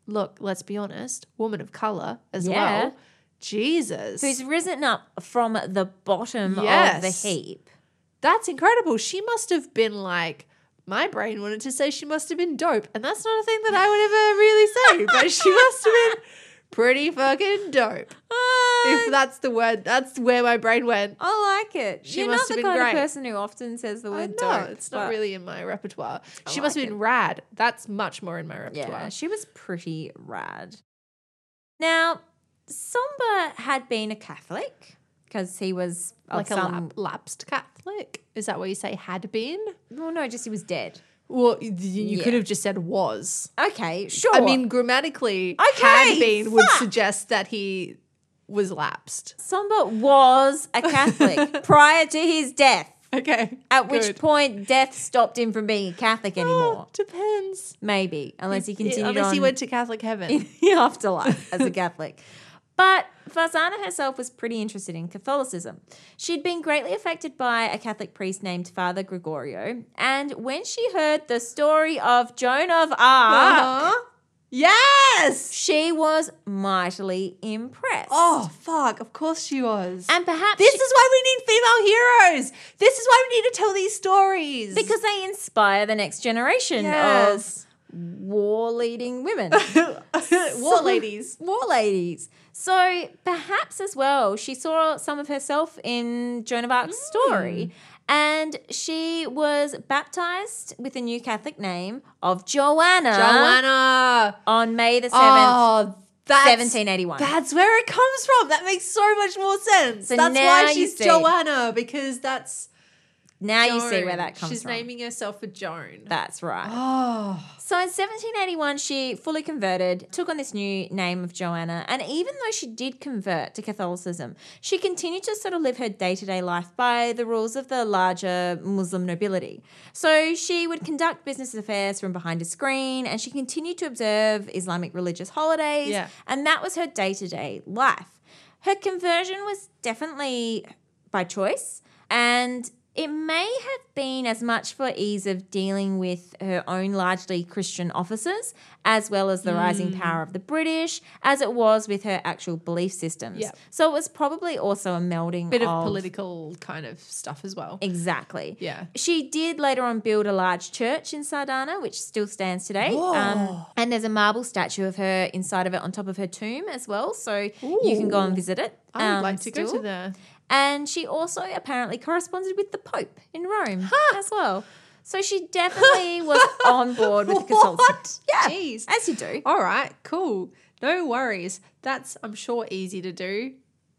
S2: look, let's be honest, woman of color as
S3: Yeah.
S2: well. Jesus.
S3: who's risen up from the bottom of the
S2: Yes.
S3: heap.
S2: That's incredible. She must have been like, my brain wanted to say she must have been dope. And that's not a thing that I would ever really say, but she must have been pretty fucking dope. If that's the word, that's where my brain went.
S3: I like it.
S2: She
S3: You're
S2: must have
S3: not the
S2: been
S3: kind
S2: great.
S3: of person who often says the
S2: I
S3: word
S2: know,
S3: dope.
S2: it's not
S3: but-
S2: really in my repertoire.
S3: I
S2: she must have
S3: like
S2: been rad. That's much more in my repertoire.
S3: Yeah, she was pretty rad. Now, Somba had been a Catholic because he was of
S2: like a
S3: some-
S2: lap, lapsed Catholic. Is that what you say had been?
S3: Well, no, just he was dead.
S2: Well, y- you
S3: Yeah.
S2: could have just said was.
S3: Okay, sure.
S2: I mean, grammatically,
S3: Okay,
S2: had been would
S3: fuck.
S2: suggest that he was lapsed.
S3: Somba was a Catholic prior to his death.
S2: Okay.
S3: At which
S2: good.
S3: point, death stopped him from being a Catholic anymore.
S2: Oh, depends.
S3: Maybe, unless he
S2: Yeah,
S3: continued
S2: Unless
S3: on
S2: he went to Catholic heaven.
S3: in the afterlife as a Catholic. But Farzana herself was pretty interested in Catholicism. She'd been greatly affected by a Catholic priest named Father Gregorio, and when she heard the story of Joan of Arc,
S2: Uh-huh. Yes.
S3: she was mightily impressed.
S2: Oh fuck! Of course she was.
S3: and perhaps
S2: this
S3: she-
S2: is why we need female heroes. This is why we need to tell these stories.
S3: because they inspire the next generation
S2: yes,
S3: of war-leading women.
S2: war
S3: So-
S2: ladies.
S3: War ladies. So perhaps as well, she saw some of herself in Joan of Arc's story.
S2: Hmm.
S3: And she was baptized with the new Catholic name of Joanna,
S2: Joanna.
S3: on May the 7th,
S2: Oh, that's
S3: 1781.
S2: That's where it comes from. That makes so much more sense.
S3: So
S2: that's
S3: now
S2: why
S3: you
S2: she's
S3: see.
S2: Joanna because that's
S3: now you see where
S2: Joan.
S3: that comes
S2: She's
S3: from.
S2: naming herself for Joan.
S3: That's right.
S2: oh,
S3: So in 1781, she fully converted, took on this new name of Joanna, and even though she did convert to Catholicism, she continued to sort of live her day to day life by the rules of the larger Muslim nobility. So she would conduct business affairs from behind a screen, and she continued to observe Islamic religious holidays,
S2: Yeah.
S3: and that was her day to day life. Her conversion was definitely by choice, and it may have been as much for ease of dealing with her own largely Christian officers, as well as the
S2: Hmm.
S3: rising power of the British, as it was with her actual belief systems.
S2: Yep.
S3: So it was probably also a melding
S2: bit of political kind of stuff as well.
S3: Exactly.
S2: Yeah.
S3: She did later on build a large church in Sardana, which still stands today. Um,
S2: Whoa.
S3: and there's a marble statue of her inside of it on top of her tomb as well. So you can go and visit it.
S2: I would
S3: um,
S2: like to go
S3: still.
S2: to there.
S3: And she also apparently corresponded with the Pope in Rome as well. So she definitely was on board with
S2: What?
S3: consultants. Yeah.
S2: Jeez.
S3: As you do.
S2: All right, cool. No worries. That's, I'm sure, easy to do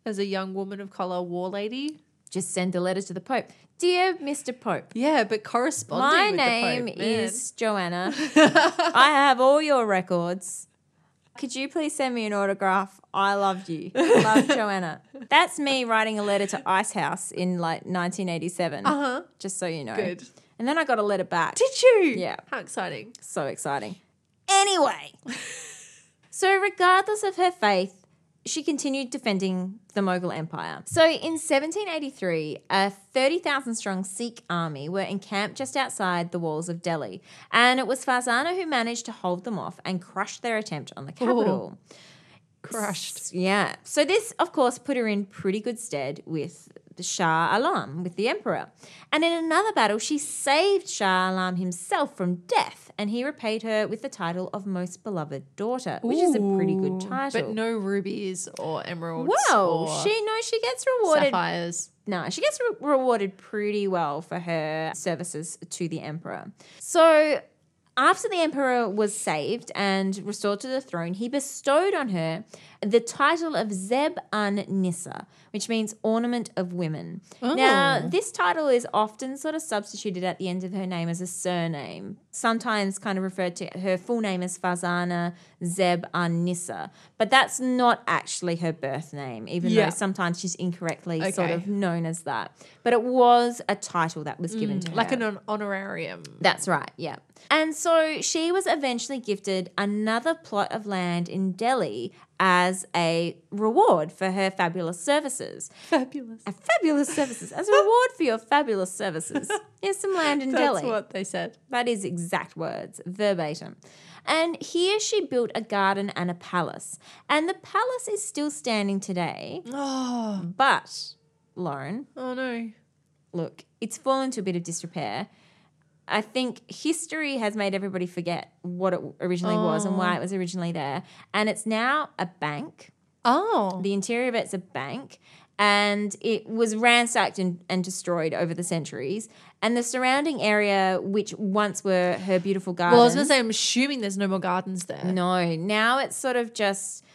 S2: as a young woman of color war lady.
S3: Just send a letter to the Pope. Dear Mr. Pope,
S2: Yeah, but corresponding
S3: my
S2: with
S3: name
S2: the Pope, man.
S3: is Joanna. I have all your records. Could you please send me an autograph? I loved you. Love Joanna. That's me writing a letter to Ice House in like 1987.
S2: Uh huh.
S3: Just so you know.
S2: Good.
S3: And then I got a letter back.
S2: Did you?
S3: Yeah.
S2: How exciting.
S3: So exciting. Anyway, so regardless of her faith, she continued defending the Mughal Empire. So in 1783, a 30,000 strong Sikh army were encamped just outside the walls of Delhi, and it was Farzana who managed to hold them off and crush their attempt on the capital.
S2: Crushed.
S3: Yeah. So this, of course, put her in pretty good stead with the Shah Alam, with the emperor. And in another battle, she saved Shah Alam himself from death, and he repaid her with the title of Most Beloved Daughter, which is a pretty good
S2: Ooh,
S3: title.
S2: But no rubies or emeralds.
S3: Wow,
S2: or
S3: she no, she gets rewarded.
S2: sapphires.
S3: No, she gets re- rewarded pretty well for her services to the emperor. So, after the emperor was saved and restored to the throne, he bestowed on her the title of Zeb un Nissa, which means ornament of women.
S2: Oh.
S3: Now, this title is often sort of substituted at the end of her name as a surname, sometimes kind of referred to her full name as Fazana Zeb un Nissa, but that's not actually her birth name, even
S2: Yeah.
S3: though sometimes she's incorrectly sort
S2: Okay.
S3: of known as that. But it was a title that was given to her.
S2: Mm. Like an hon- honorarium.
S3: That's right, yeah. And so she was eventually gifted another plot of land in Delhi as a reward for her fabulous services.
S2: Fabulous.
S3: A fabulous services. As a reward for your fabulous services. Here's some land in
S2: That's
S3: Delhi.
S2: what they said.
S3: That is exact words, verbatim. And here she built a garden and a palace. And the palace is still standing today,
S2: Oh,
S3: but Lauren,
S2: oh no.
S3: look, it's fallen to a bit of disrepair. I think history has made everybody forget what it originally was and why it was originally there. And it's now a bank.
S2: Oh.
S3: The interior of it's a bank, and it was ransacked and, and destroyed over the centuries. And the surrounding area, which once were her beautiful gardens,
S2: Well, I was going to say, I'm assuming there's no more gardens there.
S3: no, now it's sort of just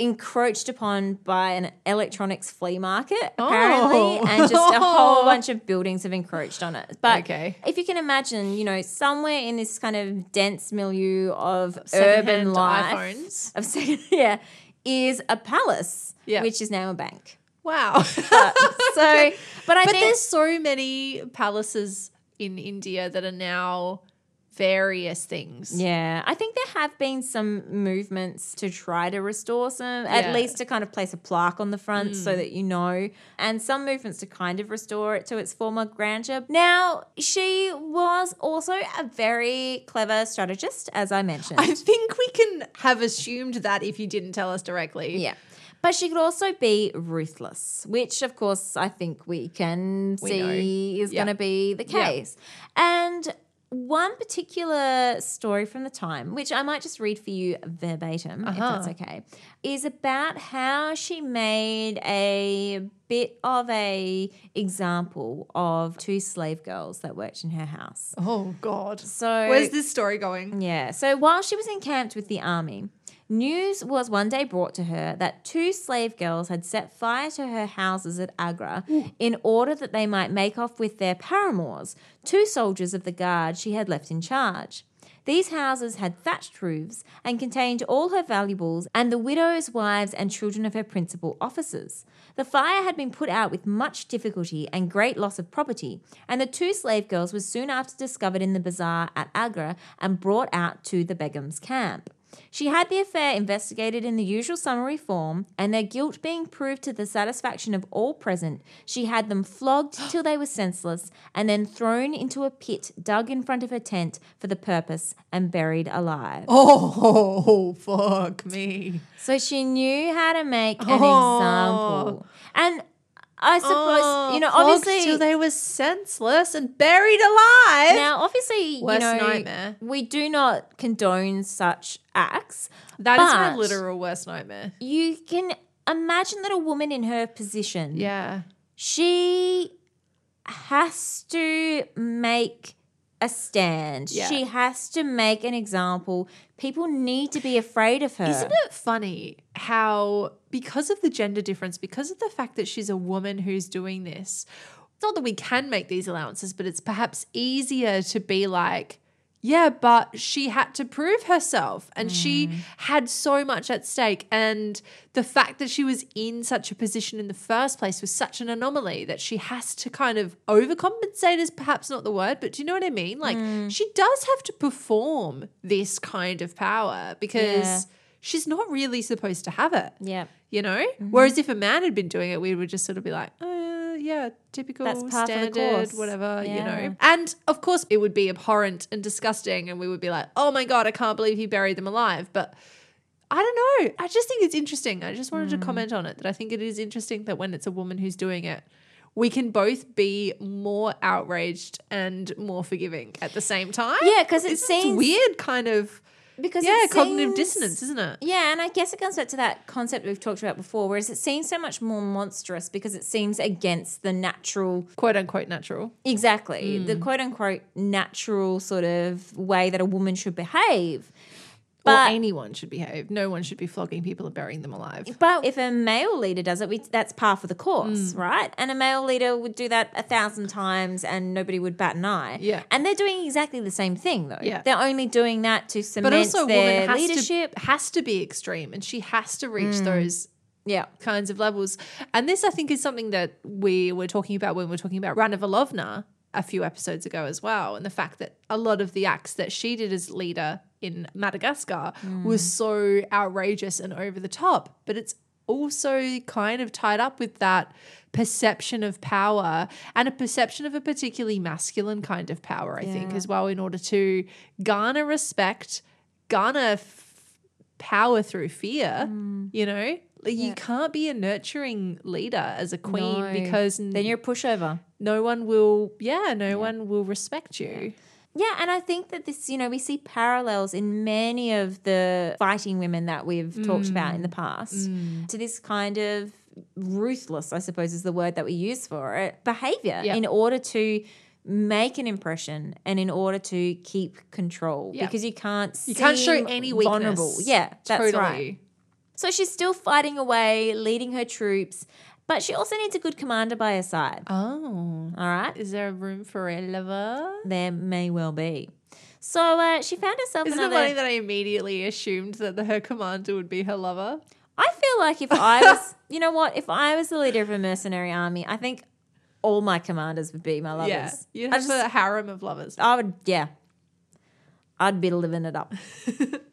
S3: encroached upon by an electronics flea market, apparently,
S2: Oh.
S3: and just a whole bunch of buildings have encroached on it. But
S2: Okay.
S3: if you can imagine, you know, somewhere in this kind of dense milieu of urban
S2: Secondhand
S3: life,
S2: iPhones.
S3: of second, yeah, is a palace,
S2: Yeah.
S3: which is now a bank.
S2: Wow.
S3: But, so, but I
S2: but
S3: think
S2: there's so many palaces in India that are now various things.
S3: Yeah, I think there have been some movements to try to restore some, at
S2: Yeah.
S3: least to kind of place a plaque on the front so that you know, and some movements to kind of restore it to its former grandeur. Now, she was also a very clever strategist, as I mentioned.
S2: I think we can have assumed that if you didn't tell us directly.
S3: yeah. But she could also be ruthless, which, of course, I think we can
S2: We
S3: see is
S2: Yeah.
S3: going to be the
S2: Yeah.
S3: case. And one particular story from the time, which I might just read for you verbatim, if
S2: Uh-huh.
S3: that's okay, is about how she made a bit of a example of two slave girls that worked in her house.
S2: Oh God.
S3: So
S2: Where's this story going?
S3: yeah. So while she was encamped with the army, news was one day brought to her that two slave girls had set fire to her houses at Agra in order that they might make off with their paramours, two soldiers of the guard she had left in charge. These houses had thatched roofs and contained all her valuables and the widows, wives, and children of her principal officers. The fire had been put out with much difficulty and great loss of property, and the two slave girls were soon after discovered in the bazaar at Agra and brought out to the Begum's camp. She had the affair investigated in the usual summary form, and their guilt being proved to the satisfaction of all present, she had them flogged till they were senseless and then thrown into a pit dug in front of her tent for the purpose and buried alive.
S2: Oh fuck me.
S3: So she knew how to make an
S2: Oh.
S3: example. And I suppose, you know,
S2: flogged
S3: obviously.
S2: till they were senseless and buried alive.
S3: now, obviously,
S2: Worst
S3: you know,
S2: nightmare.
S3: we do not condone such acts.
S2: that is
S3: but-
S2: my literal worst nightmare.
S3: You can imagine that a woman in her position,
S2: Yeah.
S3: she has to make a stand.
S2: Yeah.
S3: She has to make an example. People need to be afraid of her.
S2: Isn't it funny how, because of the gender difference, because of the fact that she's a woman who's doing this, not that we can make these allowances, but it's perhaps easier to be like, yeah, but she had to prove herself and she had so much at stake. And the fact that she was in such a position in the first place was such an anomaly that she has to kind of overcompensate, is perhaps not the word, but do you know what I mean? Like, she does have to perform this kind of power because
S3: Yeah.
S2: she's not really supposed to have it,
S3: Yeah.
S2: you know?
S3: Mm-hmm.
S2: Whereas if a man had been doing it, we would just sort of be like, oh, yeah, typical,
S3: That's par for the
S2: standard,
S3: course."
S2: whatever, you
S3: Yeah.
S2: know? And of course, it would be abhorrent and disgusting. And we would be like, oh my God, I can't believe he buried them alive. But I don't know. I just think it's interesting. I just
S3: Mm.
S2: wanted to comment on it that I think it is interesting that when it's a woman who's doing it, we can both be more outraged and more forgiving at the same time.
S3: Yeah, because it
S2: It's
S3: seems
S2: weird kind of
S3: Because
S2: yeah,
S3: it
S2: cognitive
S3: seems-
S2: dissonance, isn't it?
S3: Yeah, and I guess it comes back to that concept we've talked about before, whereas it seems so much more monstrous because it seems against the natural,
S2: Quote unquote natural.
S3: exactly,
S2: Mm.
S3: the quote unquote natural sort of way that a woman should behave.
S2: or
S3: But
S2: anyone should behave. No one should be flogging people and burying them alive.
S3: But if a male leader does it, we, that's par for the course,
S2: Mm.
S3: right? And a male leader would do that a thousand times and nobody would bat an eye.
S2: Yeah.
S3: And they're doing exactly the same thing, though.
S2: Yeah.
S3: They're only doing that to cement
S2: But also, a
S3: their
S2: woman has
S3: leadership.
S2: to Mm. has to be extreme, and she has to reach those
S3: yeah.
S2: kinds of levels. And this, I think, is something that we were talking about when we were talking about Rana Volovna a few episodes ago as well, and the fact that a lot of the acts that she did as leader in Madagascar was so outrageous and over the top, but it's also kind of tied up with that perception of power and a perception of a particularly masculine kind of power, I think, as well, in order to garner respect, garner f- power through fear, you know? Like, You
S3: Mm. Yeah.
S2: can't be a nurturing leader as a queen
S3: No.
S2: because n-
S3: Then you're a pushover.
S2: no one will, yeah, no one will respect you.
S3: Yeah, and I think that this, you know, we see parallels in many of the fighting women that we've talked about
S2: Mm.
S3: in the past to this kind of ruthless, I suppose is the word that we use for it, behavior
S2: Yeah.
S3: in order to make an impression and in order to keep control
S2: Yeah.
S3: because you can't
S2: You can't show
S3: seem
S2: any weakness.
S3: vulnerable. Yeah, that's right. So she's still fighting away, leading her troops, but she also needs a good commander by her side.
S2: Oh.
S3: All right?
S2: Is there a room for a lover?
S3: There may well be. So uh, she found herself
S2: Isn't
S3: another.
S2: it funny that I immediately assumed that the, her commander would be her lover?
S3: I feel like if I was, you know what, if I was the leader of a mercenary army, I think all my commanders would be my lovers.
S2: Yeah. You'd
S3: I
S2: have a harem of lovers.
S3: I would, yeah. I'd be living it up.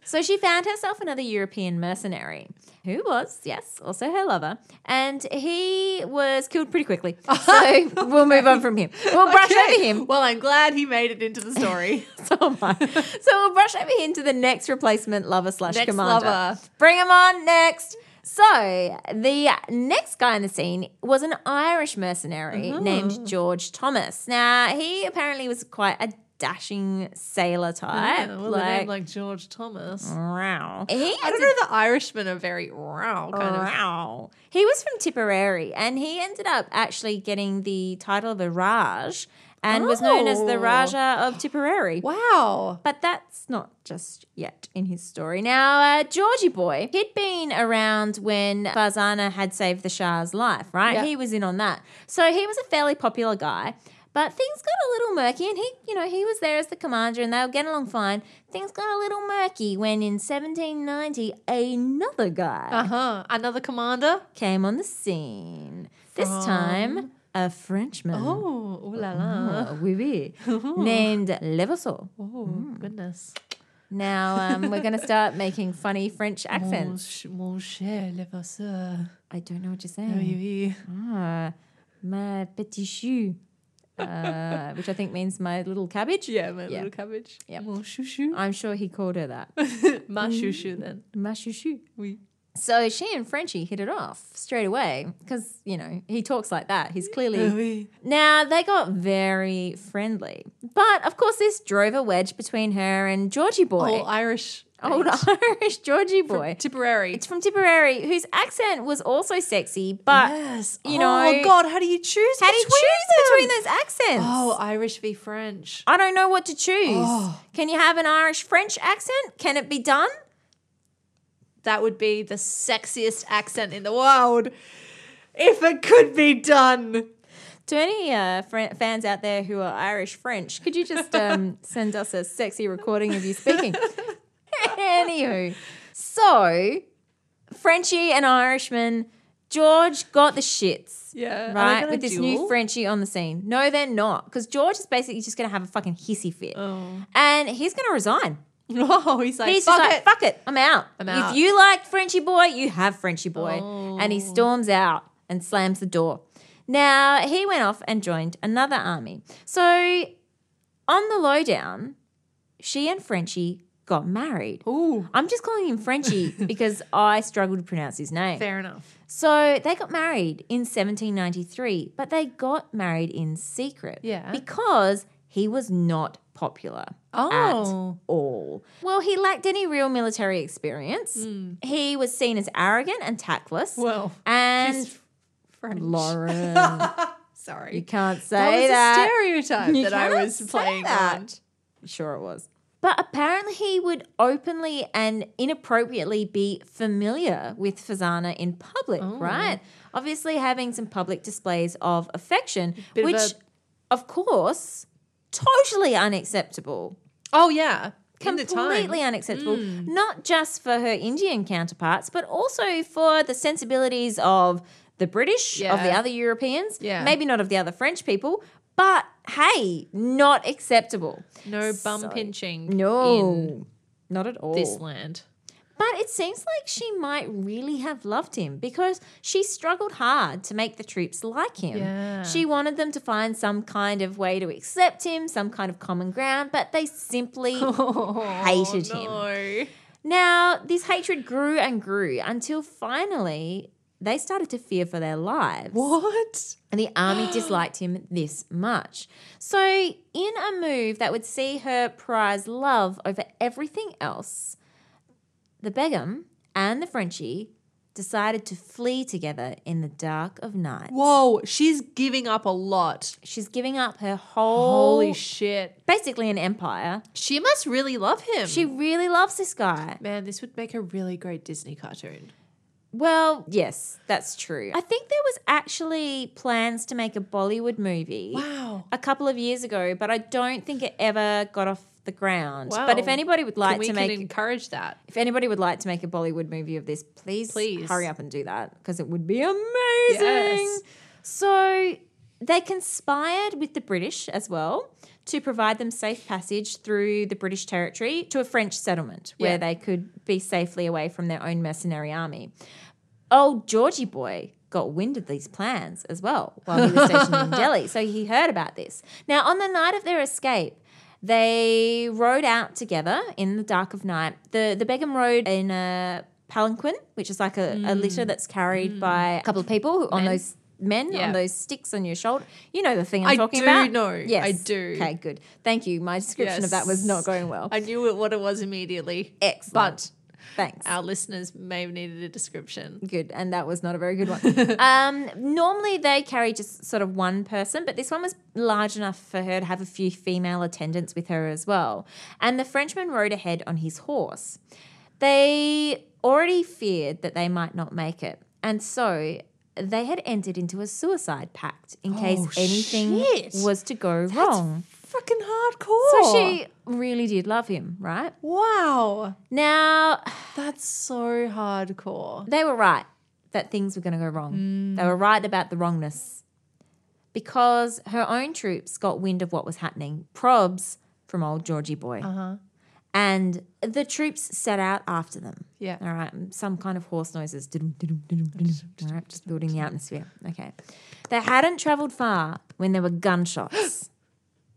S3: so she found herself another European mercenary who was, yes, also her lover. And he was killed pretty quickly. So we'll move on from him. We'll brush over him.
S2: Well, I'm glad he made it into the story.
S3: So am I. so we'll brush over into the next replacement lover slash
S2: Next
S3: commander.
S2: lover.
S3: Bring him on next. So the next guy in the scene was an Irish mercenary
S2: Mm-hmm.
S3: named George Thomas. Now he apparently was quite a dashing sailor type.
S2: Yeah, well, the name
S3: like,
S2: like George Thomas.
S3: wow. He
S2: I don't
S3: ended-
S2: know. The Irishmen are very row kind of.
S3: Wow. He was from Tipperary and he ended up actually getting the title of a Raj and was known as the
S2: Oh.
S3: Raja of Tipperary.
S2: Wow.
S3: But that's not just yet in his story. Now, uh, Georgie boy, he'd been around when Farzana had saved the Shah's life, right?
S2: Yeah.
S3: He was in on that. So he was a fairly popular guy. But things got a little murky, and he, you know, he was there as the commander, and they were getting along fine. Things got a little murky when, in 1790, another guy
S2: Uh huh. Another commander.
S3: came on the scene. This time, a Frenchman.
S2: Oh, ooh la la.
S3: Oh, oui, oui, named Levasseur.
S2: Oh goodness.
S3: Now um, we're going to start making funny French accents.
S2: Mon, mon cher Levasseur.
S3: I don't know what you're
S2: Oh,
S3: saying. Ah, ma petit chou, uh, which I think means my little cabbage.
S2: Yeah, my
S3: Yeah.
S2: little cabbage.
S3: Yeah.
S2: Mon chouchou.
S3: I'm sure he called her that.
S2: Oh, Ma chouchou then.
S3: Ma chouchou.
S2: Oui.
S3: So she and Frenchie hit it off straight away because, you know, he talks like that. He's clearly
S2: Oh, oui.
S3: Now, they got very friendly. But of course, this drove a wedge between her and Georgie
S2: All
S3: Boy.
S2: Irish.
S3: Old Irish Georgie Boy.
S2: Tipperary.
S3: It's from Tipperary, whose accent was also sexy, but
S2: yes.
S3: you
S2: You
S3: know-
S2: know. Oh God, how do you choose?
S3: how do you
S2: between
S3: choose
S2: them?
S3: between those accents?
S2: Oh, Irish v French.
S3: I don't know what to choose.
S2: Oh.
S3: Can you have an Irish French accent? Can it be done?
S2: That would be the sexiest accent in the world. If it could be done.
S3: To any uh, fr- fans out there who are Irish French, could you just um, send us a sexy recording of you speaking? Anywho, so Frenchie and Irishman, George got the shits.
S2: Yeah.
S3: Right, with this new Frenchie on the scene. No, they're not, because George is basically just going to have a fucking hissy fit,
S2: Oh.
S3: and he's going to resign.
S2: oh, he's like,
S3: He's
S2: fuck
S3: just like,
S2: it.
S3: fuck it, I'm out.
S2: I'm
S3: If
S2: out."
S3: you like Frenchie boy, you have Frenchie boy.
S2: Oh.
S3: And he storms out and slams the door. Now, he went off and joined another army. So, on the lowdown, she and Frenchie got married.
S2: Ooh,
S3: I'm just calling him Frenchie because I struggle to pronounce his name.
S2: fair enough.
S3: So they got married in 1793, but they got married in secret.
S2: Yeah.
S3: Because he was not popular at
S2: Oh.
S3: all. Well, he lacked any real military experience. He was seen as arrogant and tactless.
S2: Hmm. Well,
S3: and
S2: he's French.
S3: Lauren,
S2: Sorry.
S3: you can't say
S2: that was
S3: that.
S2: a stereotype
S3: You
S2: that I
S3: cannot
S2: was
S3: say
S2: playing
S3: that.
S2: on.
S3: Sure, it was. But apparently, he would openly and inappropriately be familiar with Fazana in public,
S2: Oh.
S3: right? Obviously, having some public displays of affection,
S2: Bit of
S3: which,
S2: a-
S3: of, course, totally unacceptable.
S2: Oh, yeah. In the time. Hmm.
S3: Completely unacceptable, not just for her Indian counterparts, but also for the sensibilities of the British, of the
S2: Yeah.
S3: other Europeans,
S2: Yeah.
S3: maybe not of the other French people, but hey, not acceptable.
S2: No bum
S3: So-
S2: pinching
S3: No,
S2: in
S3: not at all.
S2: this land.
S3: But it seems like she might really have loved him because she struggled hard to make the troops like him.
S2: Yeah.
S3: She wanted them to find some kind of way to accept him, some kind of common ground, but they simply hated him.
S2: Oh, no.
S3: Now, this hatred grew and grew until finally they started to fear for their lives.
S2: What?
S3: And the army disliked him this much. So, in a move that would see her prize love over everything else, the Begum and the Frenchie decided to flee together in the dark of night.
S2: Whoa, she's giving up a lot.
S3: She's giving up her whole,
S2: Holy shit.
S3: basically an empire.
S2: She must really love him.
S3: She really loves this guy.
S2: Man, this would make a really great Disney cartoon.
S3: Well, yes, that's true. I think there was actually plans to make a Bollywood movie.
S2: Wow.
S3: a couple of years ago, but I don't think it ever got off the ground.
S2: Wow.
S3: But if anybody would like
S2: Can we
S3: to
S2: can
S3: make
S2: encourage that.
S3: if anybody would like to make a Bollywood movie of this, please,
S2: Please.
S3: hurry up and do that because it would be amazing.
S2: Yes.
S3: So they conspired with the British as well to provide them safe passage through the British territory to a French settlement
S2: Yeah.
S3: where they could be safely away from their own mercenary army. Old Georgie boy got wind of these plans as well while he was stationed in Delhi. So he heard about this. Now, on the night of their escape, they rode out together in the dark of night. The the Begum rode in a palanquin, which is like a,
S2: Hmm.
S3: a litter that's carried by a couple of people who, on those men
S2: Yeah.
S3: on those sticks on your shoulder. You know the thing I'm
S2: I
S3: talking
S2: do
S3: about.
S2: know. I
S3: Yes.
S2: do.
S3: Okay, good. Thank you. My description of that was
S2: Yes.
S3: not going well.
S2: I knew it, what it was immediately.
S3: Excellent.
S2: But
S3: Thanks.
S2: our listeners may have needed a description.
S3: Good, and that was not a very good one. um, normally they carry just sort of one person, but this one was large enough for her to have a few female attendants with her as well. And the Frenchman rode ahead on his horse. They already feared that they might not make it, and so they had entered into a suicide pact in case
S2: Oh,
S3: anything
S2: shit.
S3: was to go wrong.
S2: Fucking hardcore.
S3: So she really did love him, right?
S2: Wow.
S3: Now,
S2: That's so hardcore.
S3: they were right that things were going to go wrong. They were right about the wrongness because her own troops got wind of what was happening. Probs from old Georgie boy.
S2: Uh-huh.
S3: And the troops set out after them.
S2: Yeah.
S3: All right. Some kind of horse noises. Didum, didum, didum, didum. All right. Just building the atmosphere. Okay. They hadn't traveled far when there were gunshots.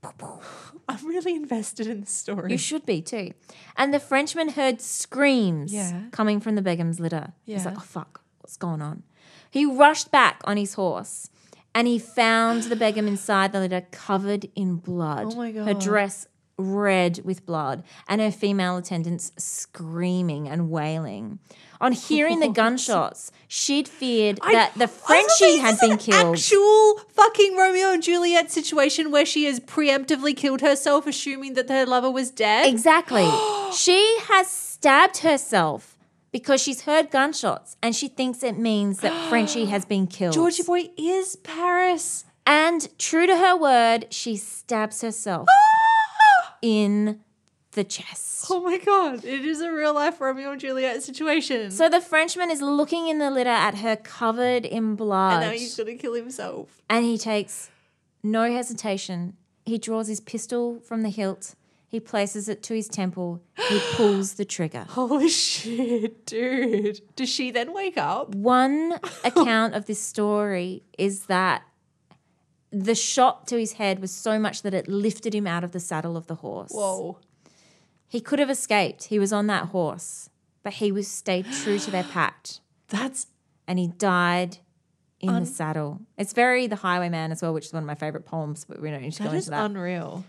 S2: I'm really invested in the
S3: You
S2: story.
S3: should be too. And the Frenchman heard screams
S2: Yeah.
S3: coming from the Begum's litter. He's
S2: Yeah.
S3: like, oh fuck, what's going on? He rushed back on his horse and he found the Begum inside the litter covered in blood.
S2: Oh my
S3: Her
S2: God.
S3: dress red with blood and her female attendants screaming and wailing. On hearing the gunshots, she'd feared that the Frenchie
S2: Frenchie
S3: had been killed.
S2: Actual fucking Romeo and Juliet situation where she has preemptively killed herself, assuming that her lover was dead.
S3: Exactly. she has stabbed herself because she's heard gunshots and she thinks it means that Frenchie has been killed.
S2: Georgie Boy is Paris.
S3: And true to her word, she stabs herself in the chest.
S2: Oh my god, it is a real life Romeo and Juliet situation.
S3: So the Frenchman is looking in the litter at her covered in blood.
S2: and now he's gonna kill himself.
S3: And he takes no hesitation. He draws his pistol from the hilt. He places it to his temple. He pulls the trigger.
S2: Holy shit, dude. Does she then wake up?
S3: One account of this story is that the shot to his head was so much that it lifted him out of the saddle of the horse.
S2: Whoa.
S3: He could have escaped. He was on that horse, but he was stayed true to their pact
S2: That's
S3: and he died in the saddle. It's very The Highwayman as well, which is one of my favorite poems, but we don't need to go
S2: that
S3: into
S2: is
S3: that.
S2: unreal.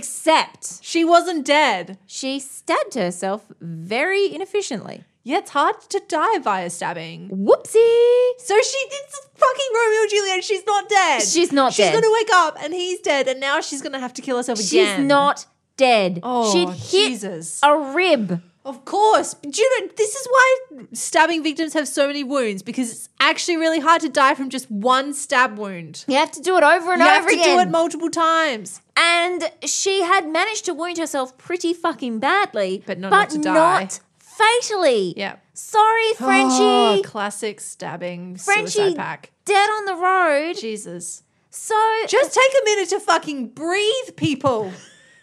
S3: Except
S2: She wasn't dead.
S3: she stabbed herself very inefficiently.
S2: Yeah, it's hard to die via stabbing.
S3: Whoopsie!
S2: So she did fucking Romeo and Juliet. She's not dead.
S3: She's not
S2: She's
S3: dead.
S2: gonna wake up and he's dead, and now she's gonna have to kill herself
S3: She's
S2: again.
S3: not dead.
S2: Oh,
S3: She'd hit
S2: Jesus.
S3: a rib.
S2: Of course. But you know, this is why stabbing victims have so many wounds because it's actually really hard to die from just one stab wound.
S3: You have to do it over and
S2: you
S3: over
S2: have to
S3: again.
S2: do it multiple times.
S3: and she had managed to wound herself pretty fucking badly,
S2: But not enough to die.
S3: not fatally.
S2: Yeah.
S3: Sorry,
S2: Oh,
S3: Frenchie.
S2: classic stabbing
S3: Frenchie
S2: suicide pack.
S3: dead on the road.
S2: Jesus.
S3: So
S2: Just take a minute to fucking breathe, people.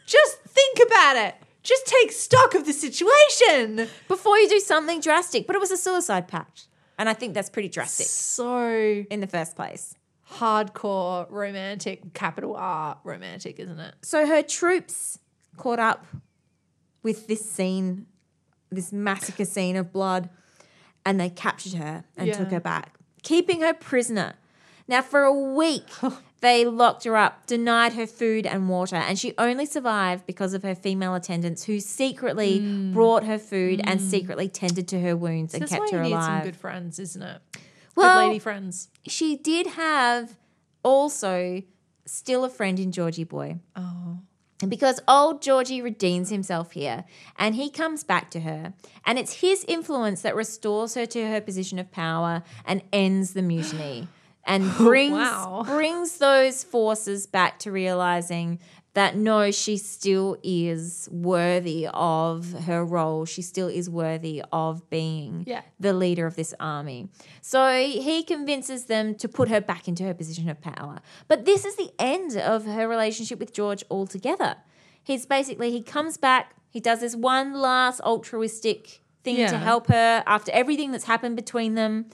S2: Just think about it. Just take stock of the situation.
S3: before you do something drastic, but it was a suicide pact, and I think that's pretty drastic
S2: So
S3: in the first place.
S2: hardcore romantic, capital R romantic, isn't it?
S3: So her troops caught up with this scene this massacre scene of blood, and they captured her and took
S2: Yeah.
S3: her back, keeping her prisoner. Now, for a week, they locked her up, denied her food and water, and she only survived because of her female attendants who secretly brought her food and secretly tended to her wounds and
S2: Mm. That's
S3: kept
S2: why
S3: her
S2: you need
S3: alive
S2: some good friends, isn't it?
S3: Well-
S2: good lady friends.
S3: she did have also still a friend in Georgie Boy.
S2: Oh.
S3: And because old Georgie redeems himself here and he comes back to her, and it's his influence that restores her to her position of power and ends the mutiny and brings,
S2: Oh, Wow.
S3: brings those forces back to realizing that no, she still is worthy of her role. She still is worthy of being
S2: Yeah.
S3: the leader of this army. So he convinces them to put her back into her position of power. But this is the end of her relationship with George altogether. He's basically, he comes back, he does this one last altruistic thing to
S2: Yeah.
S3: help her after everything that's happened between them,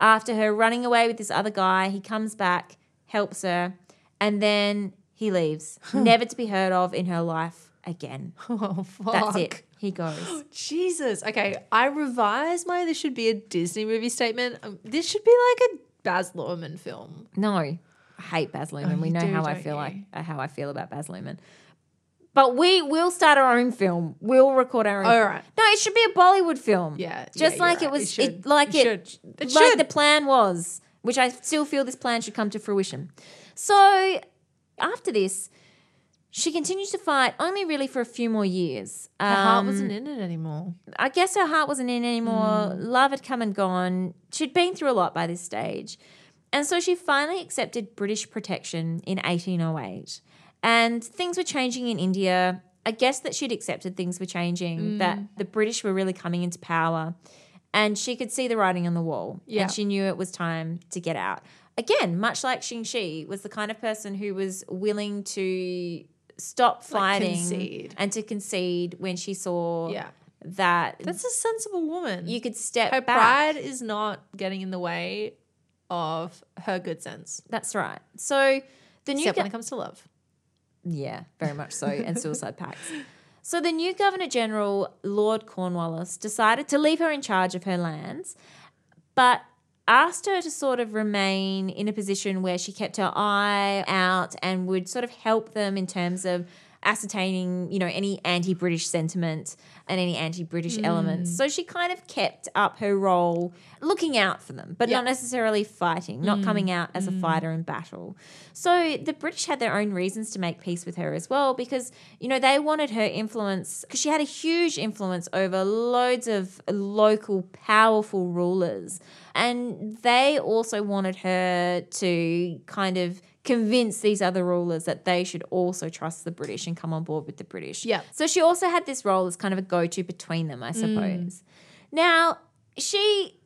S3: after her running away with this other guy. He comes back, helps her, and then he leaves, never to be heard of in her life again.
S2: Oh fuck.
S3: That's it. He goes.
S2: Jesus. Okay, I revise my this should be a Disney movie statement. Um, this should be like a Baz Luhrmann film.
S3: No, I hate Baz Luhrmann.
S2: Oh,
S3: we
S2: you
S3: know
S2: do,
S3: how I
S2: don't
S3: feel like
S2: you?
S3: uh, how I feel about Baz Luhrmann. But we will start our own film. We'll record our own.
S2: All right.
S3: No, it should be a Bollywood film.
S2: Yeah,
S3: just
S2: yeah, you're
S3: like it
S2: right.
S3: was. It
S2: It should.
S3: like
S2: It
S3: it,
S2: should. It
S3: like
S2: should.
S3: the plan was, which I still feel this plan should come to fruition. So after this, she continues to fight only really for a few more years.
S2: Her heart
S3: Um,
S2: wasn't in it anymore.
S3: I guess her heart wasn't in anymore.
S2: Mm.
S3: Love had come and gone. She'd been through a lot by this stage. And so she finally accepted British protection in 1808. And things were changing in India. I guess that she'd accepted things were changing,
S2: Mm.
S3: that the British were really coming into power. And she could see the writing on the wall.
S2: Yeah.
S3: And she knew it was time to get out. Again, much like Xing Shi was the kind of person who was willing to stop fighting
S2: concede.
S3: and to concede when she saw
S2: Yeah,
S3: that
S2: that's a sensible woman.
S3: you could step
S2: her
S3: back.
S2: pride is not getting in the way of her good sense,
S3: That's right. So the new
S2: except
S3: go-
S2: when it comes to love.
S3: yeah, very much so, and suicide pacts. So the new Governor General, Lord Cornwallis, decided to leave her in charge of her lands, but asked her to sort of remain in a position where she kept her eye out and would sort of help them in terms of ascertaining, you know, any anti-British sentiment and any anti-British elements. So she kind of kept up her role looking out for them, but
S2: Yeah.
S3: not necessarily fighting, not coming out as a fighter in battle. So the British had their own reasons to make peace with her as well because, you know, they wanted her influence because she had a huge influence over loads of local powerful rulers. And they also wanted her to kind of convince these other rulers that they should also trust the British and come on board with the British.
S2: Yeah.
S3: So she also had this role as kind of a go to between them, I suppose. Now, she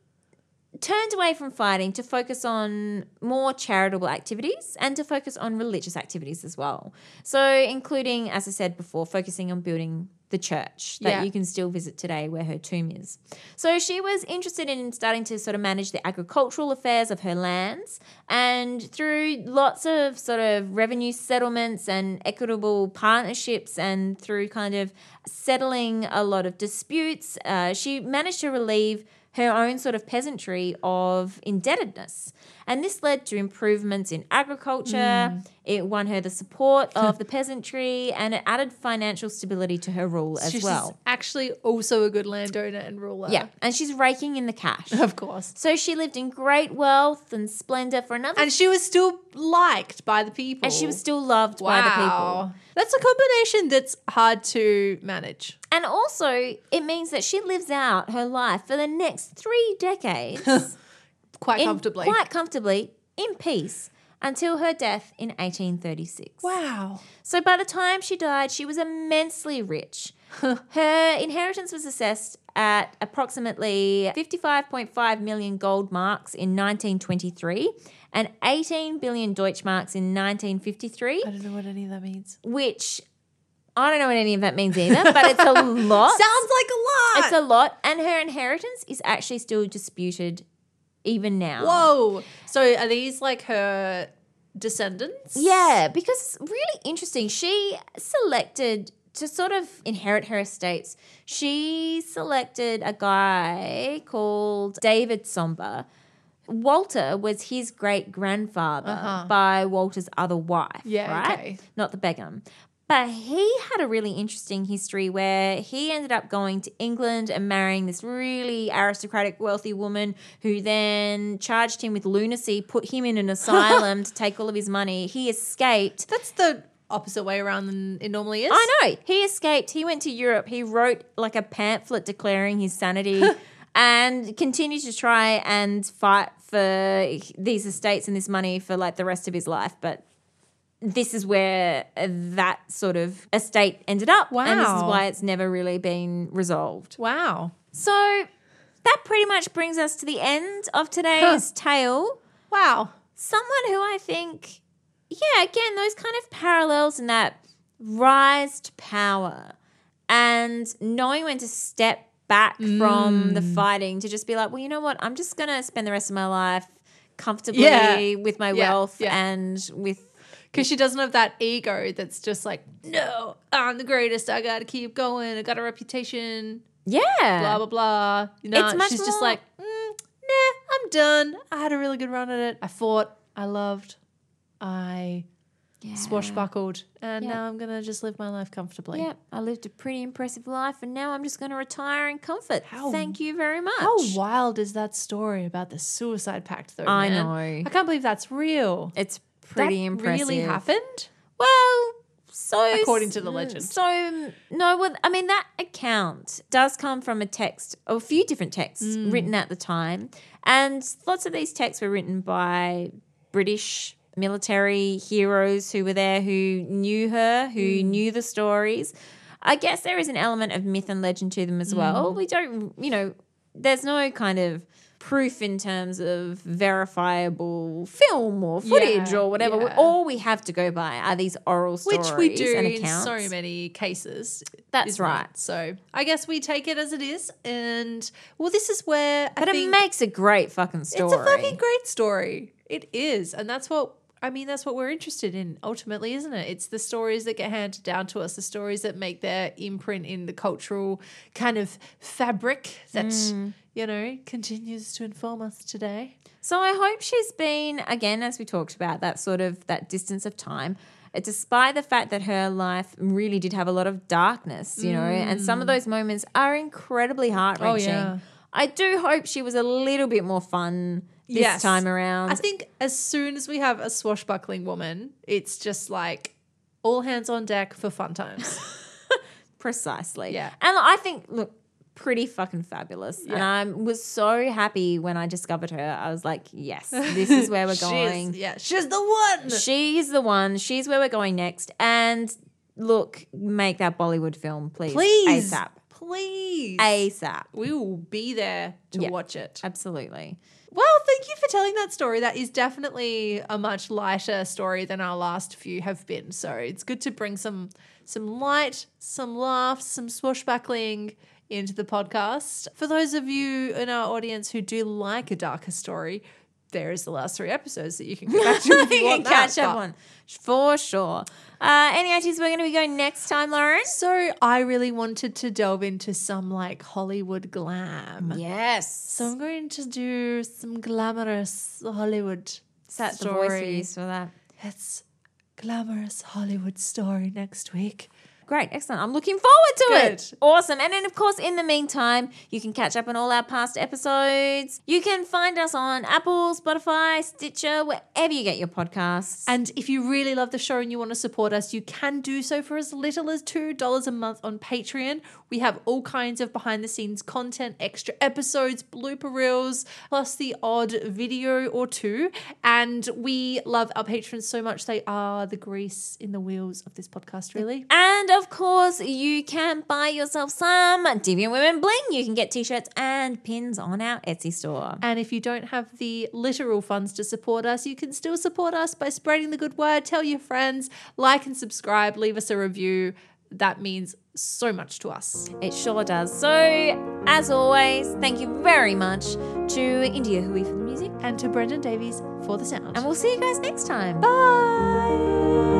S3: turned away from fighting to focus on more charitable activities and to focus on religious activities as well. So, including, as I said before, focusing on building the church that
S2: Yeah.
S3: you can still visit today where her tomb is. So, she was interested in starting to sort of manage the agricultural affairs of her lands and through lots of sort of revenue settlements and equitable partnerships and through kind of settling a lot of disputes, uh, she managed to relieve her own sort of peasantry of indebtedness. And this led to improvements in agriculture. It won her the support of the peasantry and it added financial stability to her rule as
S2: She's
S3: well.
S2: actually also a good landowner and ruler.
S3: Yeah. And she's raking in the cash.
S2: of course.
S3: so she lived in great wealth and splendor for another.
S2: And she was still liked by the people.
S3: and she was still loved by the people.
S2: Wow. That's a combination that's hard to manage.
S3: And also, it means that she lives out her life for the next three decades.
S2: Quite
S3: in-
S2: comfortably.
S3: Quite comfortably, in peace, until her death in 1836.
S2: wow.
S3: So by the time she died, she was immensely rich. her inheritance was assessed at approximately 55.5 million gold marks in 1923 and 18 billion Deutschmarks in 1953,
S2: I don't know what any of that means.
S3: which I don't know what any of that means either, but it's a lot.
S2: Sounds like Oh, a lot.
S3: It's a lot, and her inheritance is actually still disputed even now.
S2: Whoa. So are these like her descendants?
S3: Yeah, because it's really interesting. She selected to sort of inherit her estates, she selected a guy called David Somba. Walter was his great grandfather by Walter's other wife,
S2: Uh-huh. Yeah,
S3: right?
S2: okay.
S3: Not the Begum. But he had a really interesting history where he ended up going to England and marrying this really aristocratic, wealthy woman who then charged him with lunacy, put him in an asylum to take all of his money. He escaped.
S2: That's the opposite way around than it normally is.
S3: I know. He escaped. He went to Europe. He wrote like a pamphlet declaring his sanity and continued to try and fight for these estates and this money for like the rest of his life. But this is where uh, that sort of estate ended up. And this is
S2: Wow.
S3: why it's never really been resolved.
S2: Wow.
S3: So that pretty much brings us to the end of today's tale
S2: Wow.
S3: someone who I think, yeah, again, those kind of parallels and that rise to power and knowing when to step back from
S2: Mm.
S3: the fighting to just be like, well, you know what? I'm just going to spend the rest of my life comfortably
S2: Yeah.
S3: with my
S2: Yeah,
S3: wealth
S2: yeah.
S3: and with.
S2: Because she doesn't have that ego that's just like, no, I'm the greatest. I got to keep going. I got a reputation,
S3: Yeah.
S2: blah, blah, blah. You know,
S3: It's much
S2: she's just
S3: more-
S2: like, mm, nah, I'm done. I had a really good run at it. I fought. I loved. I
S3: Yeah.
S2: swashbuckled. And
S3: Yeah.
S2: now I'm going to just live my life comfortably.
S3: Yep, I lived a pretty impressive life, and now I'm just going to retire in comfort.
S2: How-
S3: Thank you very much.
S2: How wild is that story about the suicide pact, though?
S3: I
S2: man?
S3: know.
S2: I can't believe that's real.
S3: It's pretty
S2: that
S3: impressive.
S2: Really happened?
S3: Well, so mm,
S2: According to the legend.
S3: So no, well, I mean that account does come from a text, a few different texts
S2: Mm.
S3: written at the time, and lots of these texts were written by British military heroes who were there, who knew her, who
S2: Mm.
S3: knew the stories. I guess there is an element of myth and legend to them as
S2: Mm.
S3: well. We don't, you know, there's no kind of proof in terms of verifiable film or footage
S2: Yeah,
S3: or whatever.
S2: yeah.
S3: All we have to go by are these oral stories
S2: Which we do
S3: and
S2: in
S3: accounts.
S2: so many cases.
S3: That's
S2: isn't it?
S3: right.
S2: So I guess we take it as it is. And well, this is where I
S3: but it
S2: think
S3: makes a great fucking story.
S2: it's a fucking great story. It is. And that's what. I mean, that's what we're interested in ultimately, isn't it? It's the stories that get handed down to us, the stories that make their imprint in the cultural kind of fabric that,
S3: Mm.
S2: you know, continues to inform us today.
S3: So I hope she's been again, as we talked about, that sort of that distance of time. uh, Despite the fact that her life really did have a lot of darkness, you know, and some of those moments are incredibly heart wrenching.
S2: Mm. Oh, yeah.
S3: I do hope she was a little bit more fun this
S2: Yes.
S3: time around.
S2: I think as soon as we have a swashbuckling woman, it's just like all hands on deck for fun times.
S3: Precisely.
S2: Yeah.
S3: And I think look pretty fucking fabulous. And
S2: Yeah.
S3: I was so happy when I discovered her. I was like, yes, this is where we're going.
S2: She's, yeah, she's the one.
S3: She's the one. She's where we're going next. And look, make that Bollywood film, please.
S2: please,
S3: ASAP.
S2: please.
S3: ASAP.
S2: we will be there to
S3: Yeah.
S2: watch it.
S3: Absolutely.
S2: Well, thank you for telling that story. That is definitely a much lighter story than our last few have been. So it's good to bring some some light, some laughs, some swashbuckling into the podcast. For those of you in our audience who do like a darker story, there is the last three episodes that you can go back to if you
S3: You
S2: want
S3: can catch
S2: that,
S3: up
S2: but-
S3: on for sure. Uh, any ideas we're going to be going next time, Lauren?
S2: So I really wanted to delve into some like Hollywood glam.
S3: Yes.
S2: So I'm going to do some glamorous Hollywood
S3: is that the voice we
S2: stories.
S3: use for that?
S2: It's glamorous Hollywood story next week.
S3: Great, excellent. I'm looking forward to it.
S2: Good.
S3: Awesome. And then, of course, in the meantime, you can catch up on all our past episodes. You can find us on Apple, Spotify, Stitcher, wherever you get your podcasts.
S2: And if you really love the show and you want to support us, you can do so for as little as $2 a month on Patreon. We have all kinds of behind the scenes content, extra episodes, blooper reels, plus the odd video or two. And we love our patrons so much. They are the grease in the wheels of this podcast, really.
S3: And of course, you can buy yourself some Deviant Women Bling. You can get t shirts and pins on our Etsy store.
S2: And if you don't have the literal funds to support us, you can still support us by spreading the good word, tell your friends, like and subscribe, leave us a review. That means so much to us.
S3: It sure does. So, as always, thank you very much to India Hui for the music.
S2: And to Brendan Davies for the sound.
S3: And we'll see you guys next time. Bye.